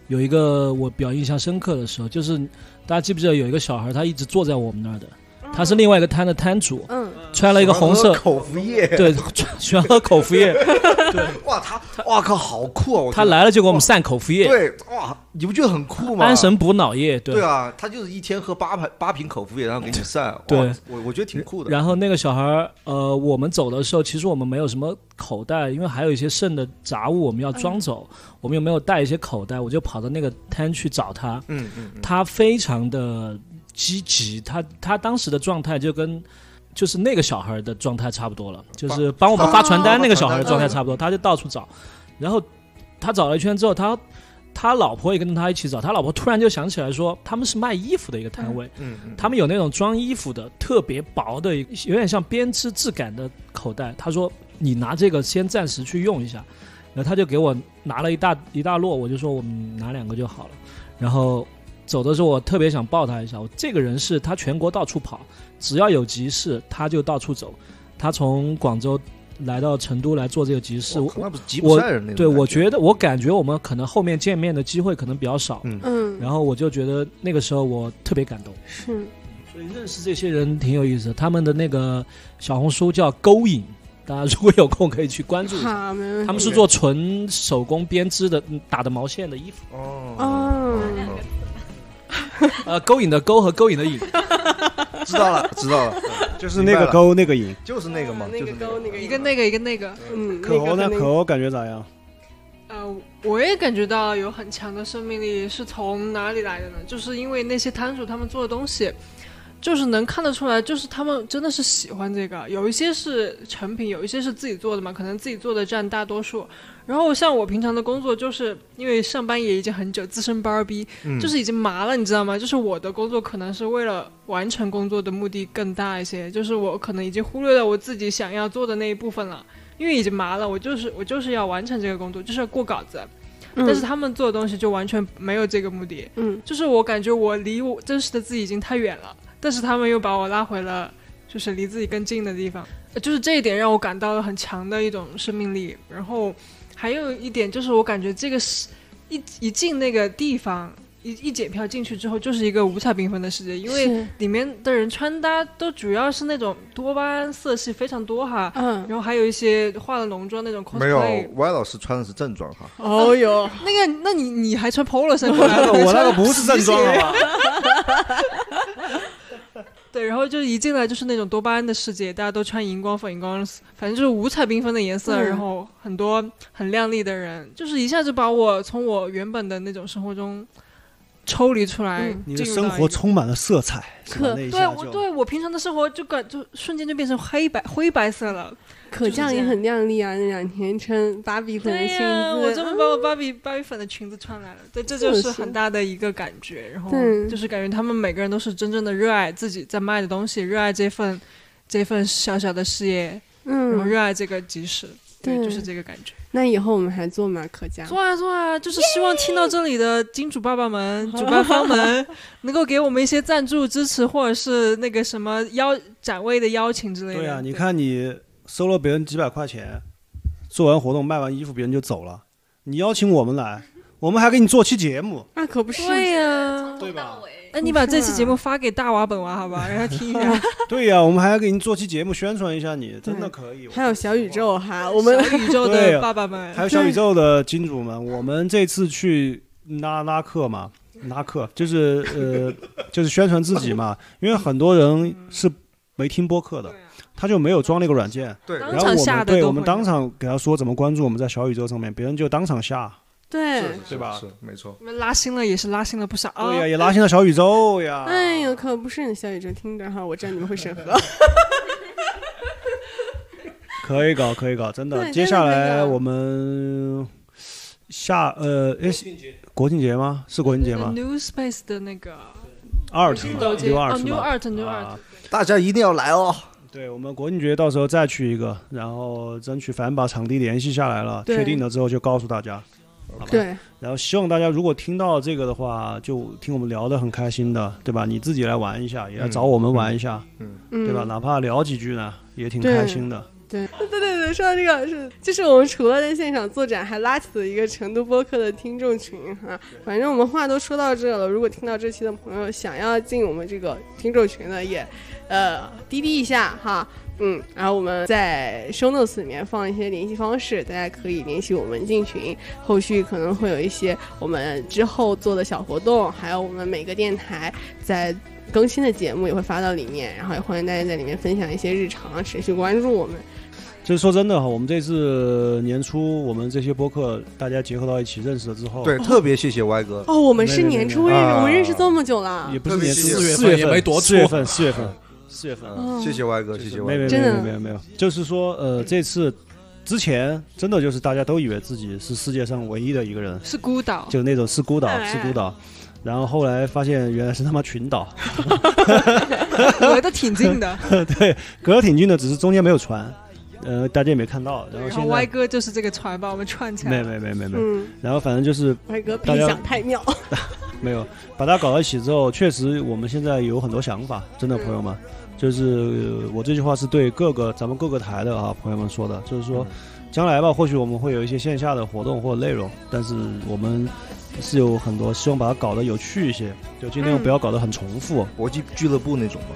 Speaker 2: 有一个我比较印象深刻的时候，就是大家记不记得有一个小孩，他一直坐在我们那儿的，他是另外一个摊的摊主，
Speaker 4: 嗯，
Speaker 2: 穿了一个红色
Speaker 9: 喜欢喝口服液，
Speaker 2: 对，穿喜欢喝口服液，对，
Speaker 9: 哇，他哇靠，好酷啊！我觉
Speaker 2: 他
Speaker 9: 得
Speaker 2: 来了就给我们散口服液，
Speaker 9: 对，哇，你不觉得很酷吗？
Speaker 2: 安神补脑液，对
Speaker 9: 对啊，他就是一天喝八盘八瓶口服液，然后给你散。哇
Speaker 2: 对
Speaker 9: 我我觉得挺酷的。
Speaker 2: 然后那个小孩儿，呃，我们走的时候，其实我们没有什么口袋，因为还有一些剩的杂物我们要装走，
Speaker 9: 嗯
Speaker 2: 我们又没有带一些口袋，我就跑到那个摊去找他。
Speaker 9: 嗯嗯嗯
Speaker 2: 他非常的积极，他他当时的状态就跟。就是那个小孩儿的状态差不多了，就是帮我们发传单那个小孩儿的状态差不多，他就到处找，然后他找了一圈之后，他他老婆也跟着他一起找，他老婆突然就想起来说，他们是卖衣服的一个摊位，
Speaker 9: 嗯嗯
Speaker 2: 他们有那种装衣服的特别薄的，有点像编织质感的口袋。他说：“你拿这个先暂时去用一下，然后他就给我拿了一大一大摞，我就说我们拿两个就好了。然后走的时候，我特别想抱他一下。我这个人是他全国到处跑，只要有集市他就到处走。他从广州来到成都来做这个集市，我
Speaker 9: 哦那不是吉普
Speaker 2: 我
Speaker 9: 赛人那种
Speaker 2: 对，
Speaker 9: 感
Speaker 2: 我
Speaker 9: 觉
Speaker 2: 觉得我感觉我们可能后面见面的机会可能比较少。
Speaker 9: 嗯
Speaker 4: 嗯
Speaker 2: 然后我就觉得那个时候我特别感动。
Speaker 4: 是，
Speaker 2: 所以认识这些人挺有意思的，他们的那个小红书叫勾引，大家如果有空可以去关注一下。
Speaker 4: 好，没问题。
Speaker 2: 他们是做纯手工编织的，嗯打的毛线的衣服。
Speaker 4: 哦，
Speaker 2: 呃，勾引的勾和勾 引的引，
Speaker 9: 知道了，知道了，
Speaker 5: 就是那个勾那个影。
Speaker 9: 就是那个嘛，就是那个。
Speaker 8: 一个那个一个那个，
Speaker 4: 嗯，
Speaker 5: 可欧呢？
Speaker 8: 那个
Speaker 5: 可欧感觉咋样？
Speaker 8: 呃，我也感觉到有很强的生命力，是从哪里来的呢？就是因为那些摊主他们做的东西，就是能看得出来，就是他们真的是喜欢这个。有一些是成品，有一些是自己做的嘛，可能自己做的占大多数。然后像我平常的工作，就是因为上班也已经很久，资深班儿逼，
Speaker 11: 嗯
Speaker 8: 就是已经麻了，你知道吗？就是我的工作可能是为了完成工作的目的更大一些，就是我可能已经忽略了我自己想要做的那一部分了。因为已经麻了，我就是我就是要完成这个工作，就是要过稿子。
Speaker 11: 嗯
Speaker 8: 但是他们做的东西就完全没有这个目的，
Speaker 4: 嗯，
Speaker 8: 就是我感觉我离我真实的自己已经太远了，但是他们又把我拉回了就是离自己更近的地方，呃就是这一点让我感到了很强的一种生命力。然后还有一点就是，我感觉这个是一一进那个地方，一一检票进去之后，就是一个五彩缤纷的世界，因为
Speaker 4: 是
Speaker 8: 里面的人穿搭都主要是那种多巴胺色系非常多哈，
Speaker 4: 嗯，
Speaker 8: 然后还有一些化了浓妆那种 cosplay，
Speaker 9: 没有歪老师穿的是正装哈。
Speaker 8: 哦哟，那个，那你你还穿 polo 衫过来了？
Speaker 9: 我那个
Speaker 8: 还穿
Speaker 9: 不是正 装
Speaker 8: 皮鞋
Speaker 9: 好
Speaker 8: 对，然后就是一进来就是那种多巴胺的世界，大家都穿荧光粉、荧光，反正就是五彩缤纷的颜色，
Speaker 11: 嗯
Speaker 8: 然后很多很靓丽的人，就是一下就把我从我原本的那种生活中抽离出来，
Speaker 5: 你的
Speaker 8: 进入到
Speaker 5: 生
Speaker 8: 一
Speaker 5: 活
Speaker 8: 个
Speaker 5: 充满了色彩，是吧
Speaker 8: 可
Speaker 5: 那一
Speaker 8: 对
Speaker 5: 下
Speaker 8: 我
Speaker 5: 就
Speaker 8: 对我平常的生活就感就瞬间就变成黑白灰白色了，
Speaker 4: 可
Speaker 8: 就是
Speaker 4: 酱
Speaker 8: 这
Speaker 4: 也
Speaker 8: 样
Speaker 4: 很靓丽啊，那两天穿芭比粉的
Speaker 8: 对
Speaker 4: 裙
Speaker 8: 呀、
Speaker 4: 子，
Speaker 8: 我这么
Speaker 4: 嗯
Speaker 8: 把我芭比芭比粉的裙子穿来了，对，这就是很大的一个感觉。然后
Speaker 4: 对
Speaker 8: 就是感觉他们每个人都是真正的热爱自己在卖的东西，热爱这份这份小小的事业，
Speaker 4: 嗯
Speaker 8: 然后热爱这个集市，对，
Speaker 4: 对
Speaker 8: 就是这个感觉。
Speaker 4: 那以后我们还做吗？可酱
Speaker 8: 做啊做啊，就是希望听到这里的金主爸爸们、主办方 们能够给我们一些赞助支持，或者是那个什么邀展位的邀请之类的。
Speaker 5: 对啊，你看你收了别人几百块钱，做完活动卖完衣服，别人就走了，你邀请我们来，我们还给你做期节目，
Speaker 4: 那啊可不是
Speaker 8: 对呀、对吧？那你把这期节目发给大娃本娃好吧，让他听一下。
Speaker 5: 对呀、我们还要给你做期节目宣传一下你，真的可以。
Speaker 4: 还有小宇宙哈，我们
Speaker 8: 小宇宙
Speaker 5: 对呀
Speaker 8: 的爸爸们，
Speaker 5: 还有小宇宙的金主们，我们这次去拉拉客嘛，拉客就是呃，就是宣传自己嘛，因为很多人是没听播客的，他就没有装那个软件，
Speaker 9: 对
Speaker 5: 然
Speaker 9: 当
Speaker 5: 后
Speaker 9: 场
Speaker 5: 我
Speaker 9: 下
Speaker 5: 们
Speaker 9: 的
Speaker 5: 对
Speaker 9: 都
Speaker 5: 我们
Speaker 9: 会
Speaker 5: 当场给他说怎么关注我们在小宇宙上面，别人就当场下，
Speaker 4: 对，
Speaker 9: 对吧？是没错。
Speaker 8: 你们拉新了也是拉新了不少啊。
Speaker 5: 对呀，也拉新了小宇宙呀。
Speaker 4: 哦哎呦，可不是，小宇宙听着哈，我知道你们会审核。
Speaker 5: 可以搞，可以搞，真的。
Speaker 4: 对真
Speaker 5: 接
Speaker 4: 的
Speaker 5: 下
Speaker 4: 可以
Speaker 5: 来
Speaker 4: 搞
Speaker 5: 我们下呃，哎，国庆节吗？是国庆节
Speaker 4: 嗯
Speaker 5: 吗
Speaker 8: New Space 的那个
Speaker 5: ？Art
Speaker 8: 楼
Speaker 5: 嘛
Speaker 8: 间
Speaker 5: ，New
Speaker 8: 哦
Speaker 5: Art 啊
Speaker 8: ，New
Speaker 5: 嘛，
Speaker 8: Art New Art，
Speaker 5: 大家一定要来哦。对我们国庆节到时候再去一个，然后争取反正把场地联系下来了，
Speaker 4: 对
Speaker 5: 确定了之后就告诉大家。好吧
Speaker 4: 对，
Speaker 5: 然后希望大家如果听到这个的话，就听我们聊得很开心的，对吧？你自己来玩一下，也来
Speaker 9: 嗯
Speaker 5: 找我们玩一下，
Speaker 9: 嗯
Speaker 4: 嗯
Speaker 5: 对吧？哪怕聊几句呢，也挺
Speaker 4: 对
Speaker 5: 开心的。
Speaker 4: 对对对对，说到这个是，就是我们除了在现场做展，还拉起了一个成都播客的听众群哈、反正我们话都说到这了，如果听到这期的朋友想要进我们这个听众群的，也呃滴滴一下哈。嗯，然后我们在 show notes 里面放一些联系方式，大家可以联系我们进群。后续可能会有一些我们之后做的小活动，还有我们每个电台在更新的节目也会发到里面，然后也欢迎大家在里面分享一些日常，持续关注我们。
Speaker 5: 就是说真的哈，我们这次年初我们这些播客大家结合到一起认识了之后，
Speaker 9: 对，特别谢谢歪哥。
Speaker 4: 哦，我们是年初认识，我们认识这么久了，
Speaker 5: 也不是年初
Speaker 9: 特别谢谢
Speaker 5: 四月份
Speaker 9: 也没多
Speaker 5: 四月
Speaker 9: 粗
Speaker 5: 份四月份四月份
Speaker 9: 嗯谢谢歪哥，谢谢
Speaker 5: 没
Speaker 9: 歪
Speaker 5: 没
Speaker 9: 哥，
Speaker 5: 没没没有没有，就是说呃这次之前真的就是大家都以为自己是世界上唯一的一个人，
Speaker 8: 是孤岛，
Speaker 5: 就那种是孤岛
Speaker 8: 哎
Speaker 5: 是孤岛，然后后来发现原来是他妈群岛，
Speaker 8: 隔得挺近的。
Speaker 5: 对，隔得挺近的，只是中间没有船。呃，大家也没看到。然
Speaker 8: 然
Speaker 5: 后现
Speaker 8: 后
Speaker 5: 在
Speaker 8: 歪哥就是这个船把我们串起来
Speaker 5: 没
Speaker 8: 了。
Speaker 5: 没没没没，
Speaker 8: 嗯
Speaker 5: 然后反正就是
Speaker 4: 歪哥
Speaker 5: 大
Speaker 4: 屁
Speaker 5: 家
Speaker 4: 想太妙，
Speaker 5: 没有把它搞到一起之后，确实我们现在有很多想法，真的朋友们，就是呃我这句话是对各个咱们各个台的啊朋友们说的，就是说将来吧，或许我们会有一些线下的活动或者内容，但是我们是有很多希望把它搞得有趣一些，就尽量不要搞得很重复，
Speaker 9: 搏击俱乐部那种吧。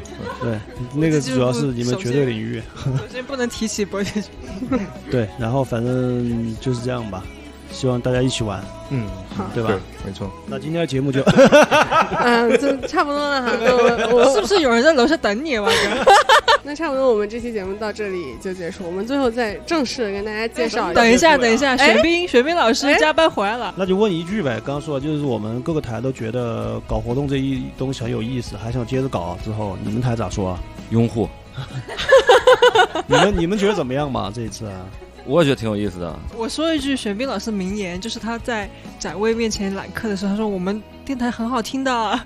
Speaker 5: 对，那个主要是你们绝对领域。
Speaker 8: 首先不能提起博学，
Speaker 5: 对，然后反正就是这样吧，希望大家一起玩，
Speaker 9: 嗯
Speaker 8: 好
Speaker 5: 对吧？
Speaker 9: 没错。
Speaker 5: 那今天的节目就
Speaker 4: 嗯，这差不多了哈。那我我
Speaker 8: 是不是有人在楼下等你啊？歪哥
Speaker 4: 那差不多，我们这期节目到这里就结束。我们最后再正式地跟大家介绍
Speaker 8: 等一下，等一下，
Speaker 4: 哎
Speaker 8: 玄彬，玄彬老师加班回来了。
Speaker 5: 那就问一句呗，刚刚说了，就是我们各个台都觉得搞活动这一东西很有意思，还想接着搞，啊之后你们台咋说啊？
Speaker 6: 拥护，
Speaker 5: 你们你们觉得怎么样嘛？这一次啊，
Speaker 6: 我也觉得挺有意思的。
Speaker 8: 我说一句玄彬老师名言，就是他在展位面前揽客的时候，他说我们电台很好听 的。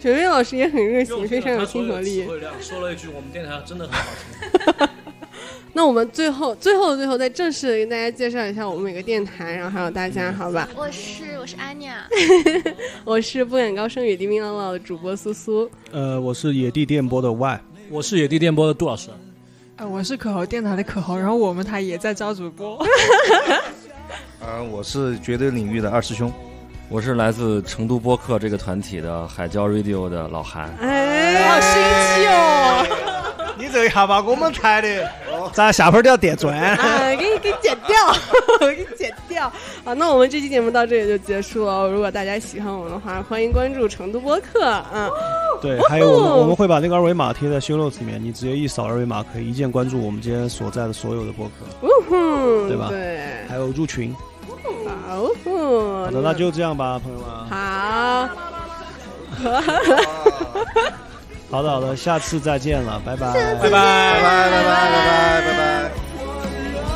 Speaker 4: 九月老师也很热
Speaker 2: 用
Speaker 4: 情，非常有亲和力
Speaker 2: 词。汇量说了一句我们电台真的很好听。
Speaker 4: 那我们最后、最后、最后再正式地跟大家介绍一下我们每个电台，然后还有大家，好吧？
Speaker 10: 我是我是安妮啊，
Speaker 4: 我是不敢高声语黎明朗朗的主播苏苏，
Speaker 5: 呃，我是野地电波的 Y，
Speaker 2: 我是野地电波的杜老师，
Speaker 8: 啊，我是可猴电台的可猴，然后我们台也在招主 播。
Speaker 9: 啊，我是绝对领域的二师兄，
Speaker 6: 我是来自成都播客这个团体的海椒 Radio 的老韩。
Speaker 4: 哎，
Speaker 7: 好
Speaker 4: 新奇哦！
Speaker 7: 你这一下把我们台的，
Speaker 5: 咱下边儿都要 点转。
Speaker 4: 啊，给你给你剪掉， 给你剪掉。好，那我们这期节目到这里就结束了。如果大家喜欢我们的话，欢迎关注成都播客。嗯，
Speaker 5: 对，还有我们我们会把那个二维码贴在 show notes 里面，你直接一扫二维码，可以一键关注我们今天所在的所有的播客，
Speaker 4: 呜呼，
Speaker 5: 对
Speaker 4: 嗯
Speaker 5: 吧？
Speaker 4: 对，
Speaker 5: 还有入群。
Speaker 4: 好，呜呼。
Speaker 5: 好的，那就这样吧，朋友们。
Speaker 4: 好。
Speaker 5: 好的，好的，下次再见了，拜拜，拜
Speaker 7: 拜拜拜拜拜拜拜拜。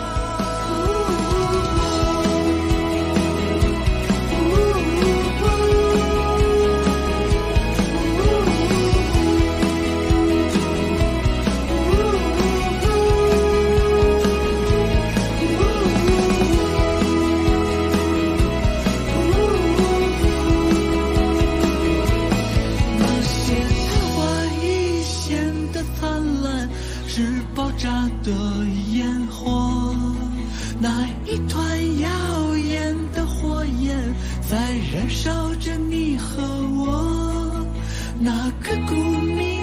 Speaker 1: 那些昙花一现的灿烂，是爆炸的烟火。那一团耀眼的火焰，在燃烧着你和我。那刻骨铭